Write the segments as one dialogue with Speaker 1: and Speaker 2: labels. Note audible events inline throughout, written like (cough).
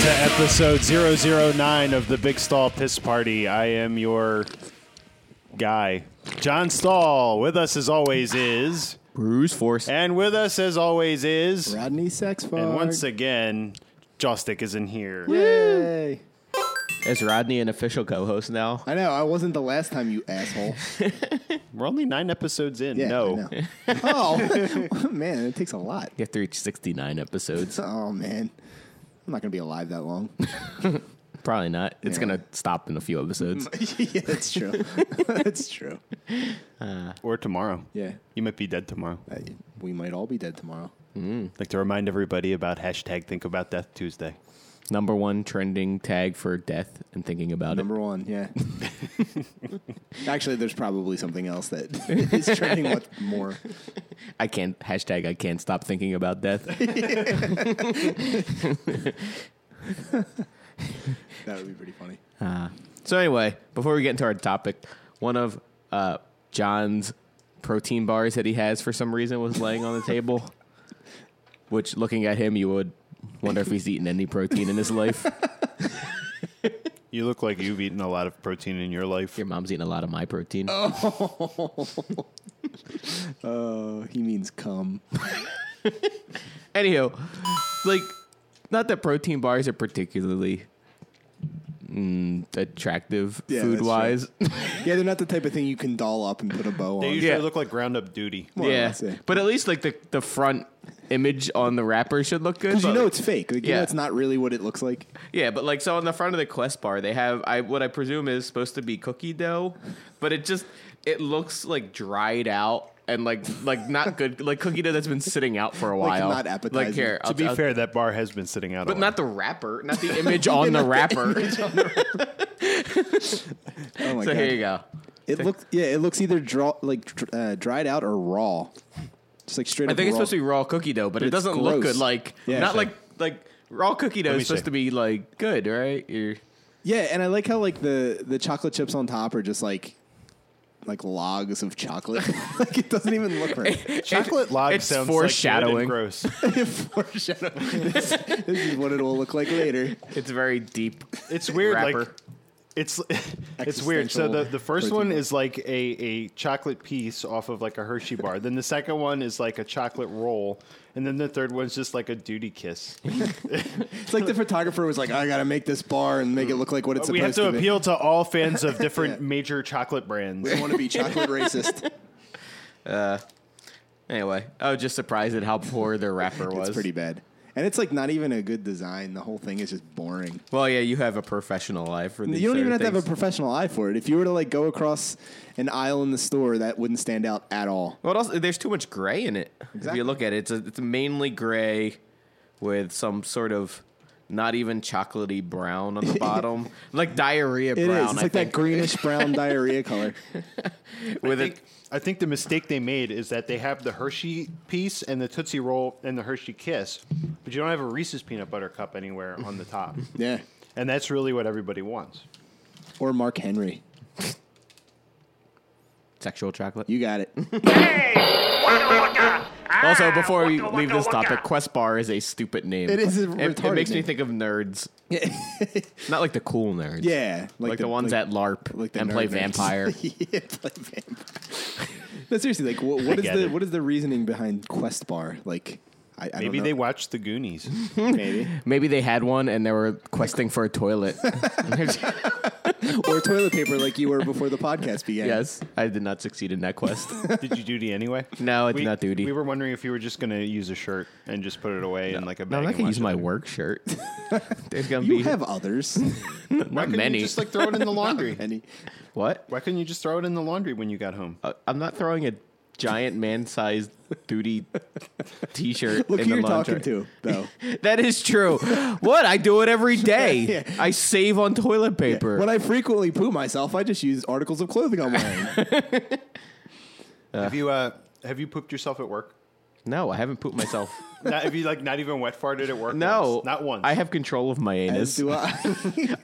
Speaker 1: episode 009 of the Big Stall Piss Party. I am your guy, John Stahl. With us, as always, is.
Speaker 2: Bruce Force.
Speaker 1: And with us, as always, is.
Speaker 3: Rodney Sexford.
Speaker 1: And once again, Jostick is in here.
Speaker 3: Yay.
Speaker 2: Is Rodney an official co-host now?
Speaker 3: I know. I wasn't the last time, you
Speaker 1: (laughs)
Speaker 3: asshole.
Speaker 1: We're only nine episodes in. (laughs)
Speaker 3: Yeah,
Speaker 1: no.
Speaker 3: I know. oh, (laughs) man. It takes a lot.
Speaker 2: You have to reach 69 episodes.
Speaker 3: Oh, man. I'm not going to be alive
Speaker 1: (laughs)
Speaker 3: that long.
Speaker 2: Probably not. It's
Speaker 3: Yeah.
Speaker 2: going to stop in a few
Speaker 3: (laughs)
Speaker 2: episodes. (laughs)
Speaker 3: yeah, that's true. (laughs) that's true.
Speaker 1: Or tomorrow.
Speaker 3: Yeah.
Speaker 1: You might be dead tomorrow.
Speaker 3: I- we might all be dead tomorrow.
Speaker 1: I'd like to remind everybody about hashtag Think About Death Tuesday.
Speaker 2: Number one trending tag for death and thinking about
Speaker 3: Number one,
Speaker 1: (laughs)
Speaker 3: yeah. Actually, there's probably something else that
Speaker 1: (laughs)
Speaker 3: is trending with more.
Speaker 2: it. I can't, hashtag I can't stop thinking about death.
Speaker 3: (laughs) That would be pretty funny.
Speaker 2: so anyway, before we get into our topic, one of uh, John's protein bars that he has for some reason was laying on the
Speaker 3: (laughs)
Speaker 2: table, which looking at him, you would wonder if he's eaten any protein in his life.
Speaker 1: You look like you've eaten a lot of protein in your life.
Speaker 2: Your mom's eating a lot of my
Speaker 3: (laughs)
Speaker 2: protein.
Speaker 3: Oh, he means cum.
Speaker 2: Anywho, like, not that protein bars are particularly mm, attractive
Speaker 3: Yeah,
Speaker 2: food wise.
Speaker 3: Yeah, they're not the type of thing you can doll up and put a bow
Speaker 1: They
Speaker 3: on.
Speaker 1: usually
Speaker 2: Yeah.
Speaker 1: look like ground up duty.
Speaker 2: (laughs)
Speaker 3: Well,
Speaker 2: yeah,
Speaker 3: that's it.
Speaker 2: but at least like the the front image on the wrapper should look good.
Speaker 3: Because you
Speaker 2: But,
Speaker 3: know
Speaker 2: like,
Speaker 3: it's fake. Like, you
Speaker 2: Yeah.
Speaker 3: know it's not really what it looks like.
Speaker 2: yeah, but like so on the front of the Quest bar, they have I what I presume is supposed to be cookie dough, but it just it looks like dried out. And like, like not good, (laughs) like cookie dough that's been sitting out for a
Speaker 3: Like,
Speaker 2: while.
Speaker 3: not appetizing.
Speaker 2: Like here,
Speaker 3: To
Speaker 2: I'll-
Speaker 1: To be
Speaker 2: I'll-
Speaker 1: fair, that bar has been sitting out.
Speaker 2: but not the wrapper, not
Speaker 3: (laughs)
Speaker 2: the image on the wrapper. so
Speaker 3: Oh my god!
Speaker 2: here you go.
Speaker 3: It looks yeah, it looks either draw like dr- uh, dried out or raw, just like straight.
Speaker 2: I
Speaker 3: up
Speaker 2: think it's
Speaker 3: raw.
Speaker 2: supposed to be raw cookie dough, but, it
Speaker 3: it's
Speaker 2: doesn't look
Speaker 3: gross.
Speaker 2: good. Like
Speaker 3: Yeah.
Speaker 2: not
Speaker 3: Sure.
Speaker 2: like like raw cookie dough
Speaker 1: me
Speaker 2: is supposed
Speaker 1: see.
Speaker 2: to be like good, right? You're,
Speaker 3: yeah, and I like how like the the chocolate chips on top are just like like logs of chocolate. (laughs) like it doesn't even
Speaker 2: (laughs)
Speaker 3: look right.
Speaker 1: chocolate log
Speaker 2: it's
Speaker 1: sounds
Speaker 2: foreshadowing.
Speaker 1: Like good (laughs) and gross.
Speaker 3: Foreshadow. This, this is what it'll look like later.
Speaker 2: (laughs) it's very deep.
Speaker 1: It's weird. Like
Speaker 2: Wrapper.
Speaker 1: it's (laughs) it's weird. So the, the first
Speaker 3: protein
Speaker 1: one
Speaker 3: bar.
Speaker 1: is like a, a chocolate piece off of like a Hershey bar. then the second one is like a chocolate roll, and then the third one's just like a duty kiss.
Speaker 3: It's like the photographer was like, I gotta make this bar and make it look like what it's
Speaker 1: we have
Speaker 3: supposed
Speaker 1: to
Speaker 3: be.
Speaker 1: appeal to all fans of different
Speaker 3: Yeah.
Speaker 1: major chocolate brands.
Speaker 3: (laughs) We don't want to be
Speaker 2: (laughs)
Speaker 3: chocolate racist.
Speaker 2: Anyway, I was just surprised at how poor their wrapper was.
Speaker 3: It's pretty bad, and it's like not even a good design. The whole thing is just boring.
Speaker 2: Well, yeah, you have a professional eye for these.
Speaker 3: You don't
Speaker 2: sort
Speaker 3: even have
Speaker 2: of
Speaker 3: to have a
Speaker 2: things.
Speaker 3: professional eye for it. If you were to like go across an aisle in the store, that wouldn't stand out at all.
Speaker 2: What else? There's too much gray in it. If
Speaker 3: Exactly.
Speaker 2: you look at it, it's, a, it's mainly gray with some sort of not even chocolatey brown
Speaker 3: (laughs)
Speaker 2: on the bottom, like diarrhea
Speaker 3: It is.
Speaker 2: brown.
Speaker 3: It's
Speaker 2: I
Speaker 3: like
Speaker 2: think,
Speaker 3: that
Speaker 2: (laughs)
Speaker 3: greenish brown diarrhea color.
Speaker 2: with
Speaker 1: I
Speaker 2: it.
Speaker 1: think, I think the mistake they made is that they have the Hershey piece and the Tootsie Roll and the Hershey Kiss, but you don't have a Reese's peanut butter cup anywhere on the (laughs) top.
Speaker 3: Yeah.
Speaker 1: And that's really what everybody wants.
Speaker 3: Or Mark Henry.
Speaker 2: Sexual chocolate.
Speaker 3: You got
Speaker 2: (laughs)
Speaker 3: it.
Speaker 2: Also, before we leave this topic, Quest Bar is a stupid name.
Speaker 3: It is a
Speaker 2: It, it
Speaker 3: retarded
Speaker 2: makes me
Speaker 3: name.
Speaker 2: think of nerds, (laughs) not like the cool nerds.
Speaker 3: yeah.
Speaker 2: like, the, ones
Speaker 3: like-
Speaker 2: at LARP
Speaker 3: like the
Speaker 2: and
Speaker 3: nerd
Speaker 2: play
Speaker 3: nerds. (laughs)
Speaker 2: vampire.
Speaker 3: yeah, play vampire. no, seriously, like what, what is
Speaker 1: get
Speaker 3: the
Speaker 1: it.
Speaker 3: what is the reasoning behind Quest Bar? Like I, I
Speaker 1: Maybe they
Speaker 3: don't know.
Speaker 1: watched the
Speaker 3: (laughs)
Speaker 1: Goonies.
Speaker 3: maybe
Speaker 2: Maybe they had one and they were questing for a
Speaker 3: (laughs)
Speaker 2: toilet. (laughs)
Speaker 3: or toilet paper like you were before the podcast began.
Speaker 2: yes, I did not succeed in that
Speaker 3: (laughs)
Speaker 2: quest.
Speaker 1: Did you duty anyway?
Speaker 2: No, I did
Speaker 1: we,
Speaker 2: not duty.
Speaker 1: We were wondering if you were just going to use a shirt and just put it away in like a bag.
Speaker 2: No, I'm not
Speaker 1: and
Speaker 2: gonna
Speaker 1: watch
Speaker 2: use
Speaker 1: it
Speaker 3: (laughs)
Speaker 2: my
Speaker 1: later.
Speaker 2: work shirt. There's gonna
Speaker 3: You
Speaker 2: be (laughs)
Speaker 3: have others.
Speaker 2: not
Speaker 1: Couldn't you
Speaker 2: many.
Speaker 1: Just like throw it in
Speaker 2: (laughs)
Speaker 1: the laundry.
Speaker 3: Any
Speaker 2: what?
Speaker 1: Why couldn't you just throw it in the laundry when you got home?
Speaker 2: Uh, I'm not throwing a giant man-sized duty t-shirt.
Speaker 3: look
Speaker 2: in
Speaker 3: who
Speaker 2: the
Speaker 3: you're
Speaker 2: laundry.
Speaker 3: talking to
Speaker 2: (laughs)
Speaker 3: though.
Speaker 2: That is true. what? I do it every day.
Speaker 3: (laughs) Yeah.
Speaker 2: I save on toilet paper.
Speaker 3: When I frequently poo myself, I just use articles of clothing
Speaker 2: (laughs)
Speaker 3: I'm wearing.
Speaker 1: have you uh, have you pooped yourself at work?
Speaker 2: no, I haven't pooped
Speaker 3: (laughs)
Speaker 2: myself.
Speaker 1: Not, have you like not even wet farted at work?
Speaker 2: no,
Speaker 1: once? not once.
Speaker 2: I have control of my
Speaker 3: As
Speaker 2: anus. (laughs)
Speaker 3: do I.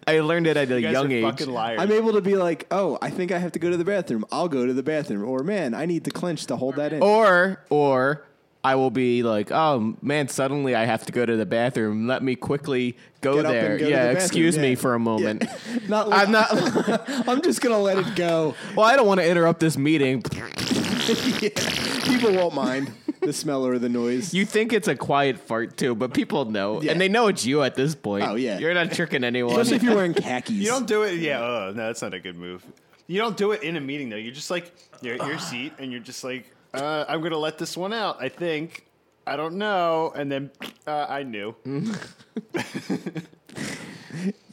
Speaker 2: I learned it at a
Speaker 1: you guys
Speaker 2: young
Speaker 1: are
Speaker 2: age.
Speaker 1: Fucking liars.
Speaker 3: I'm able to be like, oh, I think I
Speaker 2: Oh,
Speaker 3: have to go to the bathroom. I'll go to the bathroom. Or man, I need to clench to hold that in.
Speaker 2: Or or I will be like, oh man, suddenly I have to go to the bathroom. Let me quickly go
Speaker 3: Get up
Speaker 2: there.
Speaker 3: and go to
Speaker 2: yeah,
Speaker 3: the bathroom,
Speaker 2: excuse me
Speaker 3: yeah.
Speaker 2: for a
Speaker 3: (laughs)
Speaker 2: moment.
Speaker 3: Not
Speaker 2: I'm
Speaker 3: I'm not.
Speaker 2: not.
Speaker 3: I'm just gonna let it go.
Speaker 2: Well, I don't want to interrupt this meeting.
Speaker 3: Yeah. People won't mind the smell or the noise.
Speaker 2: You think it's a quiet fart too, but people know,
Speaker 3: Yeah.
Speaker 2: and they know it's you at this point.
Speaker 3: Oh, yeah.
Speaker 2: you're not tricking anyone.
Speaker 3: Especially if you're wearing khakis.
Speaker 1: You don't do it. Yeah. Oh, no, that's not a good move. You don't do it in a meeting though. You're just like you're at your seat and you're just like, uh, I'm gonna let this one out. I think. I don't know. And then uh, I
Speaker 2: (laughs)
Speaker 1: knew.
Speaker 2: (laughs)
Speaker 1: (laughs)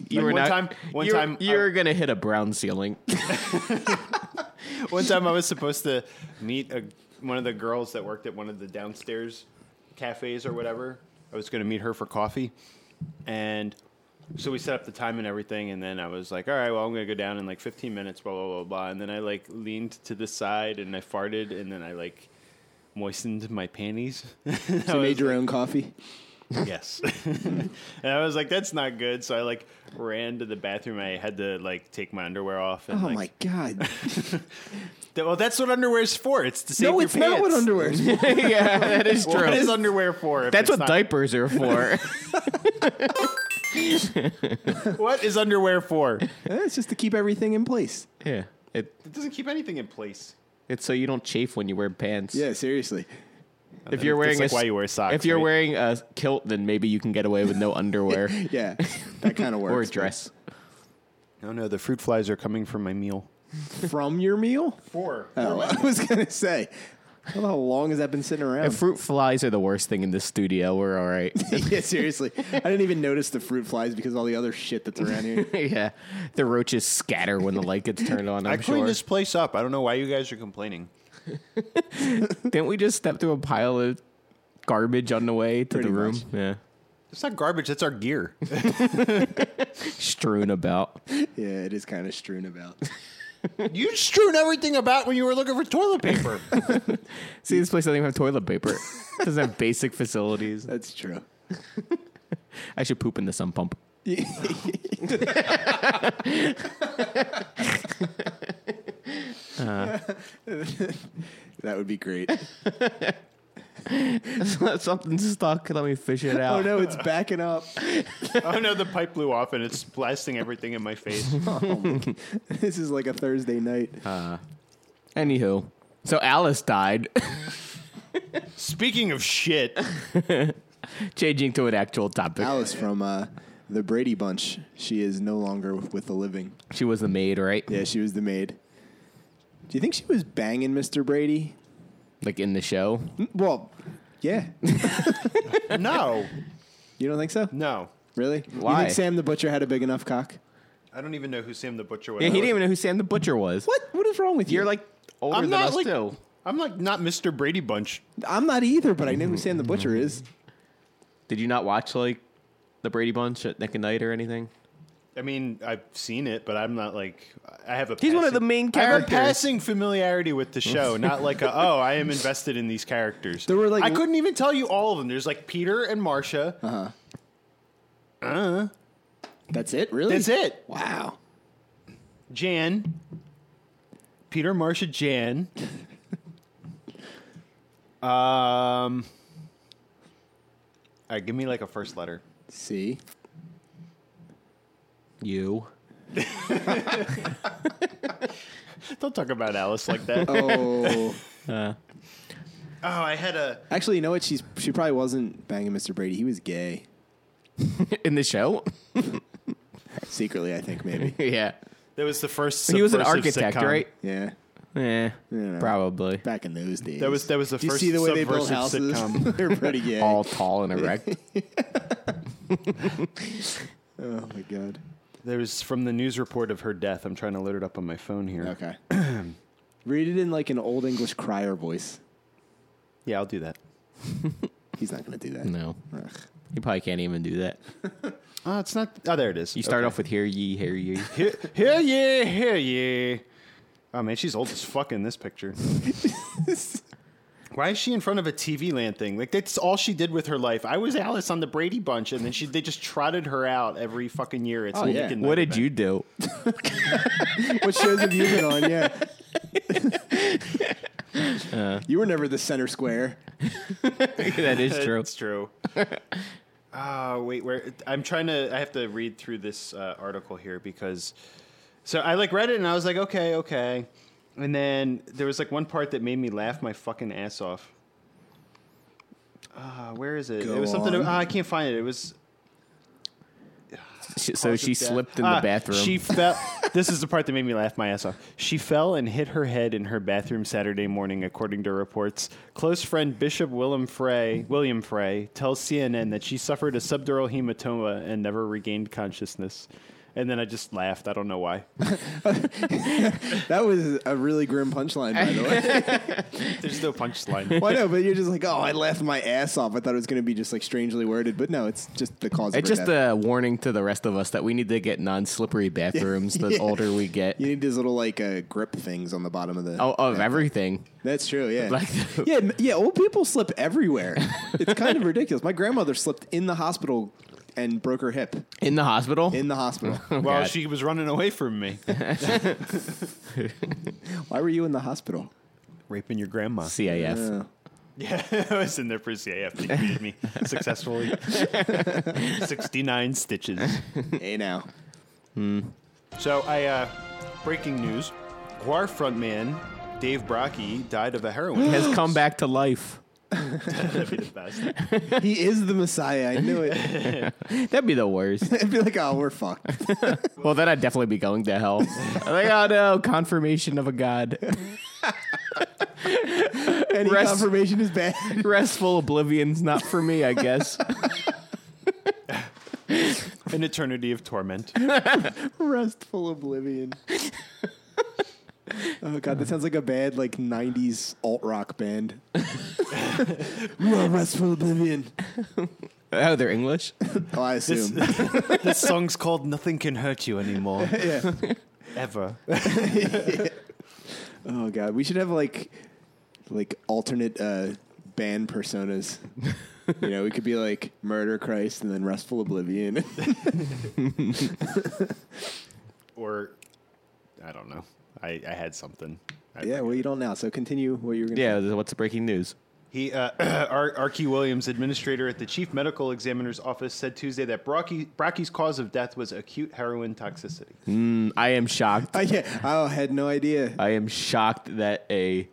Speaker 2: you
Speaker 1: Like,
Speaker 2: were
Speaker 1: one
Speaker 2: not-
Speaker 1: time- one
Speaker 2: you were-
Speaker 3: uh,
Speaker 1: time I-
Speaker 2: you were gonna hit a brown ceiling. (laughs)
Speaker 1: One time I was supposed to meet a, one of the girls that worked at one of the downstairs cafes or whatever. I was going to meet her for coffee. And so we set up the time and everything. And then I was like, all right, well, I'm going to go down in like 15 minutes, blah, blah, blah, blah. And then I like leaned to the side and I farted. And then I like moistened my panties. (laughs)
Speaker 3: So you made your own coffee.
Speaker 1: Yes. (laughs) and I was like, that's not good. So I like ran to the bathroom. I had to like take my underwear off. And,
Speaker 3: Oh
Speaker 1: like,
Speaker 3: my god!
Speaker 1: Th- Well, that's what underwear's for. It's to save
Speaker 3: No,
Speaker 1: your
Speaker 3: it's not what
Speaker 1: pants.
Speaker 3: underwear. is.
Speaker 2: yeah, that
Speaker 3: (laughs)
Speaker 2: is
Speaker 1: What
Speaker 2: true.
Speaker 1: is underwear for? if it's
Speaker 2: That's what
Speaker 1: not-
Speaker 2: diapers are for.
Speaker 1: What is underwear for? It
Speaker 3: Eh, it's just to keep everything in place.
Speaker 2: yeah, it,
Speaker 1: doesn't keep anything in place.
Speaker 2: it's so you don't chafe when you wear pants.
Speaker 3: Yeah, seriously.
Speaker 2: if you're
Speaker 1: That's
Speaker 2: wearing
Speaker 1: like
Speaker 2: a,
Speaker 1: why you wear socks,
Speaker 2: If you're
Speaker 1: right?
Speaker 2: wearing a kilt, then maybe you can get away (laughs) with no underwear
Speaker 3: Yeah, that kind of works.
Speaker 2: or a dress.
Speaker 1: No, no, the fruit flies are coming from my meal.
Speaker 3: from your meal.
Speaker 1: For
Speaker 3: Oh, (laughs) I was gonna say. How the hell long has that been sitting around?
Speaker 2: If fruit flies are the worst thing in this studio. We're all (laughs) right.
Speaker 3: (laughs) yeah, seriously. I didn't even notice the fruit flies because of all the other shit that's around here.
Speaker 2: yeah, the roaches scatter when the light gets turned on. I'm
Speaker 1: I cleaned
Speaker 2: sure.
Speaker 1: this place up. I don't know why you guys are complaining.
Speaker 2: Didn't we just step through a pile of garbage on the way to
Speaker 3: Pretty
Speaker 2: the room?
Speaker 3: much.
Speaker 2: Yeah,
Speaker 1: It's not garbage. That's our gear.
Speaker 2: strewn about.
Speaker 3: Yeah, it is kind of strewn (laughs) about.
Speaker 1: (laughs) you strewn everything about when you were looking for toilet (laughs) paper.
Speaker 2: See, this place doesn't even have toilet paper. It doesn't have basic facilities.
Speaker 3: That's true.
Speaker 2: I should poop in the sun (laughs) pump.
Speaker 3: That would be (laughs) great.
Speaker 2: Something's stuck. Let me fish it out.
Speaker 3: Oh no, it's backing up. (laughs)
Speaker 1: oh no, the pipe blew off and it's blasting everything in my face.
Speaker 3: This is like a Thursday night.
Speaker 2: Anywho, so Alice died, (laughs)
Speaker 1: Speaking of shit,
Speaker 2: changing to an actual topic.
Speaker 3: Alice from uh, the Brady Bunch. She is no longer with, with the living.
Speaker 2: She was the maid, right?
Speaker 3: Yeah, she was the maid. Do you think she was banging Mr. Brady? Mm,
Speaker 2: Like in the show.
Speaker 3: Well, (laughs) yeah.
Speaker 1: no,
Speaker 3: You don't think so?
Speaker 1: no,
Speaker 3: Really? You
Speaker 2: Why?
Speaker 3: think Sam the Butcher had a big enough cock?
Speaker 1: I don't even know who Sam the Butcher was.
Speaker 2: Yeah, he didn't even know who Sam the Butcher was.
Speaker 3: What? What is wrong with you?
Speaker 2: You're like older
Speaker 1: I'm
Speaker 2: than
Speaker 1: not
Speaker 2: us
Speaker 1: like-
Speaker 2: too.
Speaker 1: I'm like not Mr. Brady Bunch.
Speaker 3: I'm not either, but I know who Sam the Butcher is.
Speaker 2: Did you not watch like the Brady Bunch at Nick and Night or anything?
Speaker 1: I mean, I've seen it, but I'm not like I have a.
Speaker 2: He's one of the main
Speaker 1: I have a
Speaker 2: characters.
Speaker 1: passing familiarity with the (laughs) show, not like a, oh, I am invested in these characters.
Speaker 3: There were, like,
Speaker 1: I couldn't even tell you all of them. There's like Peter and Marcia.
Speaker 2: Uh-huh.
Speaker 3: That's it, really?
Speaker 1: That's it.
Speaker 3: Wow.
Speaker 1: Jan, Peter, Marcia, Jan. (laughs) um, all right, give me like a first letter.
Speaker 3: (laughs) See?
Speaker 2: You. (laughs)
Speaker 1: Don't talk about Alice like
Speaker 2: (laughs)
Speaker 1: that. oh,
Speaker 3: Oh.
Speaker 1: I had a.
Speaker 3: Actually, you know what? She's she probably wasn't banging Mr. Brady. He was gay.
Speaker 2: In the show? (laughs)
Speaker 3: Secretly, I think maybe.
Speaker 2: yeah.
Speaker 1: That was the first.
Speaker 2: he was an
Speaker 1: subversive
Speaker 2: architect,
Speaker 1: sitcom.
Speaker 2: right?
Speaker 3: Yeah.
Speaker 2: Yeah.
Speaker 3: know.
Speaker 2: Probably.
Speaker 3: Back in those days.
Speaker 1: That was that was the
Speaker 3: Do you
Speaker 1: first.
Speaker 3: see the way they built
Speaker 1: subversive
Speaker 3: houses?
Speaker 1: Sitcom.
Speaker 2: (laughs)
Speaker 3: (laughs) They're pretty gay.
Speaker 2: All tall
Speaker 1: (laughs)
Speaker 2: and erect.
Speaker 3: Oh my god.
Speaker 1: There's from the news report of her death. I'm trying to load it up on my phone here.
Speaker 2: (clears throat)
Speaker 3: Okay. Read it in like an old English crier voice.
Speaker 1: Yeah, I'll do that.
Speaker 3: He's not going to do that.
Speaker 2: no. You probably can't even do that.
Speaker 1: Oh, it's not. Oh, there it is.
Speaker 2: You start off with hear ye, hear
Speaker 1: (laughs)
Speaker 2: ye.
Speaker 1: Here, here, yeah, here, yeah. Oh man, she's old as fuck in this picture. (laughs) Why is she in front of a TV land thing? Like that's all she did with her life. I was Alice on the Brady Bunch, and then she they just trotted her out every fucking year. It's
Speaker 3: Oh, yeah.
Speaker 2: What did you do? (laughs)
Speaker 3: What shows have you been on? Yeah.
Speaker 2: Uh.
Speaker 3: you were never the center square.
Speaker 2: (laughs) that is true.
Speaker 1: It's true. (laughs) Ah, wait, where I'm trying to I have to read through this uh, article here because so I like read it and I was like, okay, okay. And then there was like one part that made me laugh my fucking ass off. Ah, where is it?
Speaker 3: Go
Speaker 1: it was something
Speaker 3: on.
Speaker 1: ah, I can't find it. It was
Speaker 2: She- so
Speaker 1: cause
Speaker 2: she
Speaker 1: of death.
Speaker 2: slipped in
Speaker 1: Ah,
Speaker 2: the bathroom.
Speaker 1: She fell. (laughs) this is the part that made me laugh my ass off. She fell and hit her head in her bathroom Saturday morning, according to reports. Close friend Bishop Willem Frey, William Frey tells CNN that she suffered a subdural hematoma and never regained consciousness. And then I just laughed. I don't know why.
Speaker 3: That was a really grim punchline, by the way.
Speaker 2: (laughs)
Speaker 1: There's no punchline.
Speaker 3: Why no? But you're just like, oh, I laughed my ass off. I thought it was going to be just like strangely worded, but no, it's just the cause. of
Speaker 2: it's
Speaker 3: her
Speaker 2: just uh,
Speaker 3: death.
Speaker 2: a warning to the rest of us that we need to
Speaker 1: (laughs)
Speaker 2: get non-slippery bathrooms the
Speaker 3: Yeah.
Speaker 2: older we get.
Speaker 3: you need those little like uh, grip things on the bottom of the.
Speaker 2: Oh, of everything.
Speaker 3: that's
Speaker 2: (laughs)
Speaker 3: true. Yeah,
Speaker 2: Like the-
Speaker 3: (laughs) yeah, m- yeah. Old people slip everywhere. it's
Speaker 2: (laughs)
Speaker 3: kind of ridiculous. My grandmother slipped in the hospital and broke her hip
Speaker 2: In the hospital?
Speaker 3: in
Speaker 2: (laughs)
Speaker 3: the hospital.
Speaker 1: Well,
Speaker 2: God.
Speaker 1: she was running away from
Speaker 2: (laughs)
Speaker 1: me,
Speaker 3: Why were you in the hospital?
Speaker 1: raping your grandma.
Speaker 2: CAF.
Speaker 3: Uh,
Speaker 1: (laughs) Yeah, (laughs) I was in there for CAF. They treated
Speaker 2: (laughs)
Speaker 1: me successfully. (laughs) Sixty-nine stitches.
Speaker 3: hey now.
Speaker 1: So I uh breaking news. Guar frontman Dave Brockie died of a heroin.
Speaker 2: Has come back to life.
Speaker 1: That'd (laughs) be the best.
Speaker 3: He is the Messiah. I knew it.
Speaker 2: (laughs) That'd be the worst.
Speaker 3: (laughs) I'd be like, oh, we're fucked. (laughs)
Speaker 2: well, then I'd definitely be going to hell. like, oh no, confirmation of a god. (laughs)
Speaker 3: Any
Speaker 2: Rest-
Speaker 3: confirmation is bad. (laughs)
Speaker 2: Restful oblivion's not for me, I guess.
Speaker 1: An eternity of torment.
Speaker 3: Restful oblivion. (laughs) oh god, that sounds like a bad like '90s alt
Speaker 2: (laughs)
Speaker 3: rock band. (laughs) you are restful oblivion.
Speaker 2: oh, they're English?
Speaker 3: Oh, I assume.
Speaker 1: this song's called Nothing Can Hurt You
Speaker 2: (laughs)
Speaker 1: Anymore.
Speaker 3: (laughs) yeah.
Speaker 1: Ever.
Speaker 3: Oh god, we should have like like alternate uh, band personas. you know, we could be like Murder Christ and then Restful Oblivion. (laughs)
Speaker 1: Or I don't know. I, I had something. I
Speaker 3: yeah, well, you don't now. So continue what you were going. to
Speaker 2: Yeah, what's the breaking news?
Speaker 1: He, uh, (clears throat) Ar- Archie Williams, administrator at the chief medical examiner's office, said Tuesday that Brocky, Brocky's cause of death was acute heroin toxicity.
Speaker 2: I am shocked.
Speaker 3: Oh, yeah. I had no idea.
Speaker 2: I am shocked that a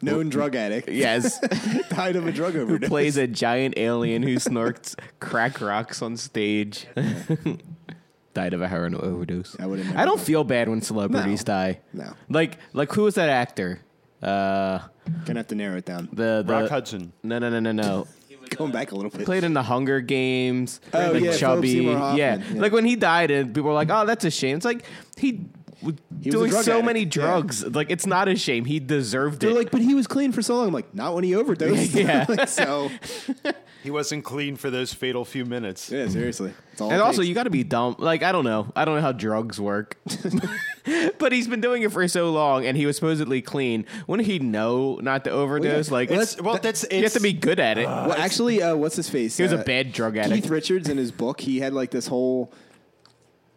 Speaker 3: Known drug addict
Speaker 2: yes
Speaker 3: (laughs) died of a drug overdose.
Speaker 2: plays a giant alien who snorts crack rocks on
Speaker 3: (laughs)
Speaker 2: stage. (laughs) Died of a heroin overdose.
Speaker 3: I would've never
Speaker 2: I don't
Speaker 3: known.
Speaker 2: feel bad when celebrities
Speaker 3: No.
Speaker 2: die.
Speaker 3: (laughs) No.
Speaker 2: Like like who was that actor? Uh
Speaker 3: Gonna have to narrow it down.
Speaker 2: the, the
Speaker 1: Rock Hudson.
Speaker 2: No no no no no.
Speaker 3: Going back a little bit.
Speaker 2: Played in the Hunger Games,
Speaker 3: Oh,
Speaker 2: like
Speaker 3: yeah, Philip
Speaker 2: chubby,
Speaker 3: Seymour Hoffman,
Speaker 2: yeah.
Speaker 3: yeah.
Speaker 2: Like when he died, and people were like, "Oh, that's a shame." It's like he was
Speaker 3: a
Speaker 2: doing
Speaker 3: drug
Speaker 2: so
Speaker 3: addict,
Speaker 2: many
Speaker 3: yeah.
Speaker 2: drugs. Like it's not a shame. He deserved
Speaker 3: They're
Speaker 2: it.
Speaker 3: like, but he was clean for so long. I'm like, not when he overdosed.
Speaker 2: (laughs) Yeah.
Speaker 3: Like, (laughs) so
Speaker 1: He wasn't clean for those fatal few minutes.
Speaker 3: yeah, seriously. It's all it
Speaker 2: And also,
Speaker 3: takes.
Speaker 2: you got to be dumb. Like, I don't know. I don't know how drugs
Speaker 3: (laughs)
Speaker 2: work. but he's been doing it for so long, and he was supposedly clean. Wouldn't he know not to overdose? Like,
Speaker 3: Well,
Speaker 2: it's-
Speaker 1: That's, well, that's it's,
Speaker 2: you have to be good at it.
Speaker 3: well, actually, uh, what's his face?
Speaker 2: he was
Speaker 3: Uh,
Speaker 2: a bad drug addict.
Speaker 3: Keith Richards in his book, he had like this whole